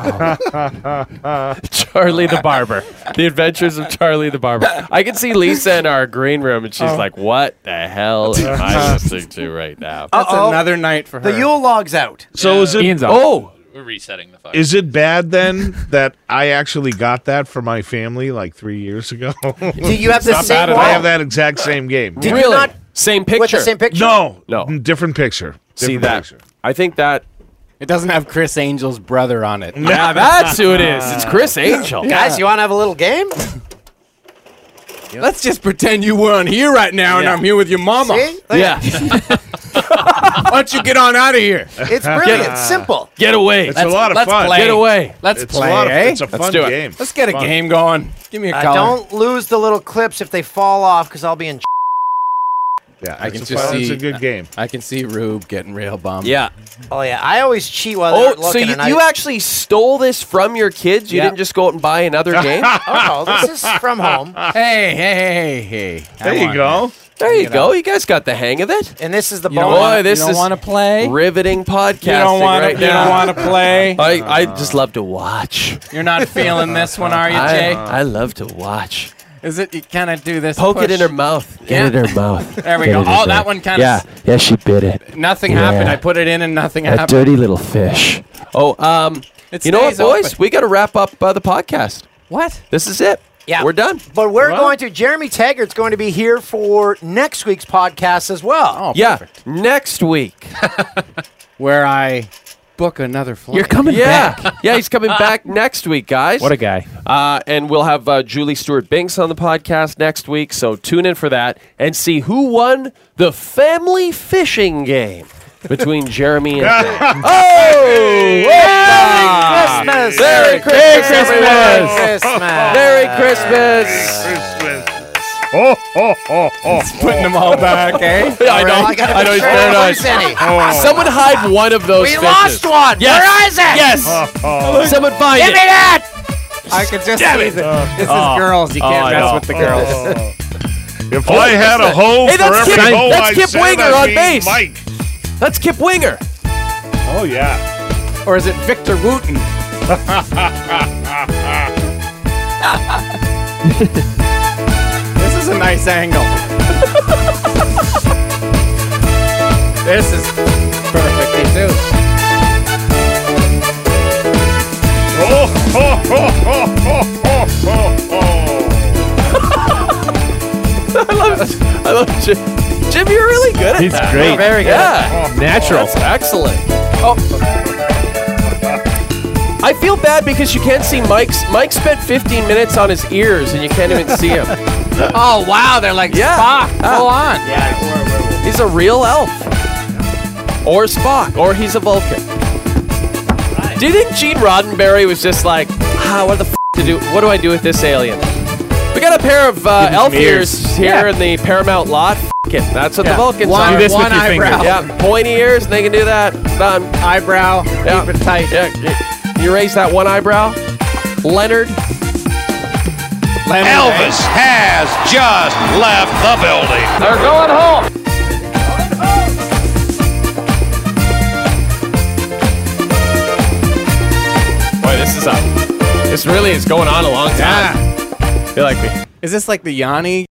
Speaker 3: Charlie the barber. The Adventures of Charlie the barber. I can see Lisa in our green room, and
Speaker 11: Oh.
Speaker 3: she's like, "What the hell am I listening to right now?"
Speaker 11: That's
Speaker 2: Uh-oh.
Speaker 11: another night for her.
Speaker 2: The Yule log's out.
Speaker 1: So is
Speaker 3: <laughs>
Speaker 1: it?
Speaker 3: Oh,
Speaker 13: We're resetting the fire.
Speaker 1: Is it bad then that I actually got that for my family like three years ago? <laughs> Do
Speaker 2: you have the same wall?
Speaker 1: I have that exact same game.
Speaker 2: Did you not
Speaker 3: Same picture.
Speaker 2: with the same picture?
Speaker 1: No, no, different picture.
Speaker 3: see
Speaker 1: Different
Speaker 3: that?
Speaker 1: picture.
Speaker 3: I think that.
Speaker 11: It doesn't have Chris Angel's brother on it. <laughs>
Speaker 3: Yeah, that's who it is. It's Chris Angel.
Speaker 2: Guys, you want to have a little game?
Speaker 11: Let's just pretend you weren't here right now and I'm here with your mama.
Speaker 2: See?
Speaker 3: Yeah.
Speaker 11: Why don't you get on out of here?
Speaker 2: It's brilliant. Simple.
Speaker 11: Get away.
Speaker 2: It's a lot of fun.
Speaker 11: Play.
Speaker 2: Get away.
Speaker 11: Let's
Speaker 2: It's a
Speaker 11: play.
Speaker 2: lot of-
Speaker 11: eh?
Speaker 2: it's a
Speaker 11: Let's
Speaker 2: fun
Speaker 11: do it.
Speaker 2: game.
Speaker 11: Let's get a
Speaker 2: Fun.
Speaker 11: game going. Give me a
Speaker 2: Uh,
Speaker 11: color.
Speaker 2: don't lose the little clips if they fall off, because I'll be in.
Speaker 11: Yeah, I can
Speaker 2: it's a
Speaker 11: just
Speaker 2: fun-
Speaker 11: see.
Speaker 2: it's a good
Speaker 11: game. I can see Rube getting rail bombed.
Speaker 3: Yeah.
Speaker 2: Oh yeah, I always cheat while they're
Speaker 3: Oh,
Speaker 2: not
Speaker 3: so
Speaker 2: looking.
Speaker 3: you,
Speaker 2: and I-
Speaker 3: you actually stole this from your kids? You
Speaker 2: Yeah.
Speaker 3: didn't just go out and buy
Speaker 11: <laughs>
Speaker 3: another game?
Speaker 2: <laughs> Oh, this is from home.
Speaker 11: Hey, hey, hey, hey.
Speaker 3: There you go. There you go. You guys got the hang of it.
Speaker 2: And this is the
Speaker 3: you don't
Speaker 11: bonus.
Speaker 3: wanna-
Speaker 11: You
Speaker 3: this
Speaker 11: don't
Speaker 3: is
Speaker 11: wanna play?
Speaker 3: riveting podcast.
Speaker 11: wanna-
Speaker 3: right
Speaker 11: you don't
Speaker 3: now.
Speaker 11: wanna play?
Speaker 3: <laughs> I, I just love to watch.
Speaker 11: You're not feeling this one, are you,
Speaker 3: I-
Speaker 11: Jake?
Speaker 3: I, love to watch.
Speaker 11: Is it? You kind of do this.
Speaker 3: Poke it in
Speaker 11: push?
Speaker 3: her mouth. Get
Speaker 11: Yeah.
Speaker 3: it in her mouth.
Speaker 11: <laughs> There we
Speaker 3: Get
Speaker 11: go.
Speaker 3: it in
Speaker 11: Oh,
Speaker 3: her
Speaker 11: that
Speaker 3: mouth.
Speaker 11: one kinda
Speaker 3: Yeah,
Speaker 11: s-
Speaker 3: yeah, she bit it.
Speaker 11: Nothing
Speaker 3: Yeah.
Speaker 11: happened. I put it in and nothing
Speaker 3: That
Speaker 11: happened.
Speaker 3: dirty little fish. Oh, um,
Speaker 11: It
Speaker 3: you know what,
Speaker 11: stays
Speaker 3: boys?
Speaker 11: open.
Speaker 3: We got to wrap up uh, the podcast.
Speaker 11: What?
Speaker 3: This is it.
Speaker 2: Yeah.
Speaker 3: we're done.
Speaker 2: But we're going to. Jeremy Taggart's going to be here for next week's podcast as well. Oh,
Speaker 3: yeah, next week,
Speaker 11: where I book another flight.
Speaker 3: yeah. yeah, he's coming back next week, guys.
Speaker 11: What a guy.
Speaker 3: Uh, and we'll have uh, Julie Stewart Binks on the podcast next week. So tune in for that and see who won the family fishing game <laughs> between Jeremy and.
Speaker 11: <laughs>
Speaker 3: Dave. oh!
Speaker 2: Merry Christmas!
Speaker 3: Merry Christmas!
Speaker 2: Merry Christmas!
Speaker 3: <laughs> Merry Christmas!
Speaker 1: Oh, oh, oh, oh.
Speaker 11: putting them all back, eh?
Speaker 3: I know.
Speaker 1: I gotta
Speaker 3: I know.
Speaker 1: make
Speaker 3: It's
Speaker 1: sure I
Speaker 3: very
Speaker 1: don't
Speaker 3: nice.
Speaker 1: lose any. Oh.
Speaker 3: Someone hide one of those.
Speaker 2: We
Speaker 3: fishes.
Speaker 2: lost one.
Speaker 3: Yes.
Speaker 2: Where is it?
Speaker 3: Yes. Someone find
Speaker 2: Give
Speaker 3: it.
Speaker 2: me that!
Speaker 11: I could just
Speaker 3: Damn
Speaker 11: see
Speaker 3: it.
Speaker 11: the- this
Speaker 3: Oh.
Speaker 11: is girls. You can't
Speaker 3: Oh, I
Speaker 11: mess
Speaker 3: know.
Speaker 11: with the girls.
Speaker 1: If I had a hoe
Speaker 3: Hey,
Speaker 1: for
Speaker 3: that's
Speaker 1: every
Speaker 3: Kip,
Speaker 1: hoe
Speaker 3: that's
Speaker 1: I
Speaker 3: Kip
Speaker 1: said,
Speaker 3: Winger
Speaker 1: I'd
Speaker 3: on
Speaker 1: be
Speaker 3: bass.
Speaker 1: Mike.
Speaker 3: That's Kip Winger.
Speaker 1: Oh yeah.
Speaker 11: Or is it Victor Wooten? this is a nice angle. this is perfectly too.
Speaker 1: Oh, ho, ho, ho, ho, ho, ho, ho.
Speaker 3: I love it. I love Jim. Jim, you're really good at
Speaker 4: He's
Speaker 3: that.
Speaker 4: great.
Speaker 3: Very good.
Speaker 4: Yeah. Oh, Natural.
Speaker 3: That's excellent. Oh. I feel bad because you can't see Mike's. Mike spent 15 minutes on his ears and you can't even see him.
Speaker 11: <laughs> Oh wow, they're like
Speaker 3: Yeah.
Speaker 11: Spock.
Speaker 3: Ah.
Speaker 11: Go on.
Speaker 3: He's a real elf. Or Spock. Or he's a Vulcan. Do you think Gene Roddenberry was just like, ah, what the f to do? What do I do with this alien? We got a pair of uh,
Speaker 11: Give him
Speaker 3: elf
Speaker 11: some ears.
Speaker 3: ears here
Speaker 11: Yeah.
Speaker 3: in the Paramount lot. F it. That's what the
Speaker 11: Yeah.
Speaker 3: Vulcans
Speaker 11: One-
Speaker 3: are.
Speaker 11: Do this with one your finger. eyebrow.
Speaker 3: Yeah, pointy ears. They can do that. Done.
Speaker 11: Eyebrow.
Speaker 3: Yeah.
Speaker 11: Keep it tight.
Speaker 3: Yeah. y- You raise that one eyebrow. Leonard.
Speaker 11: Lemon, eh?
Speaker 9: Elvis has just left the building.
Speaker 3: They're going home. Boy, this uh, is up. This really is going on a long time.
Speaker 11: Yeah.
Speaker 3: Feel like we.
Speaker 11: Is this like the Yanni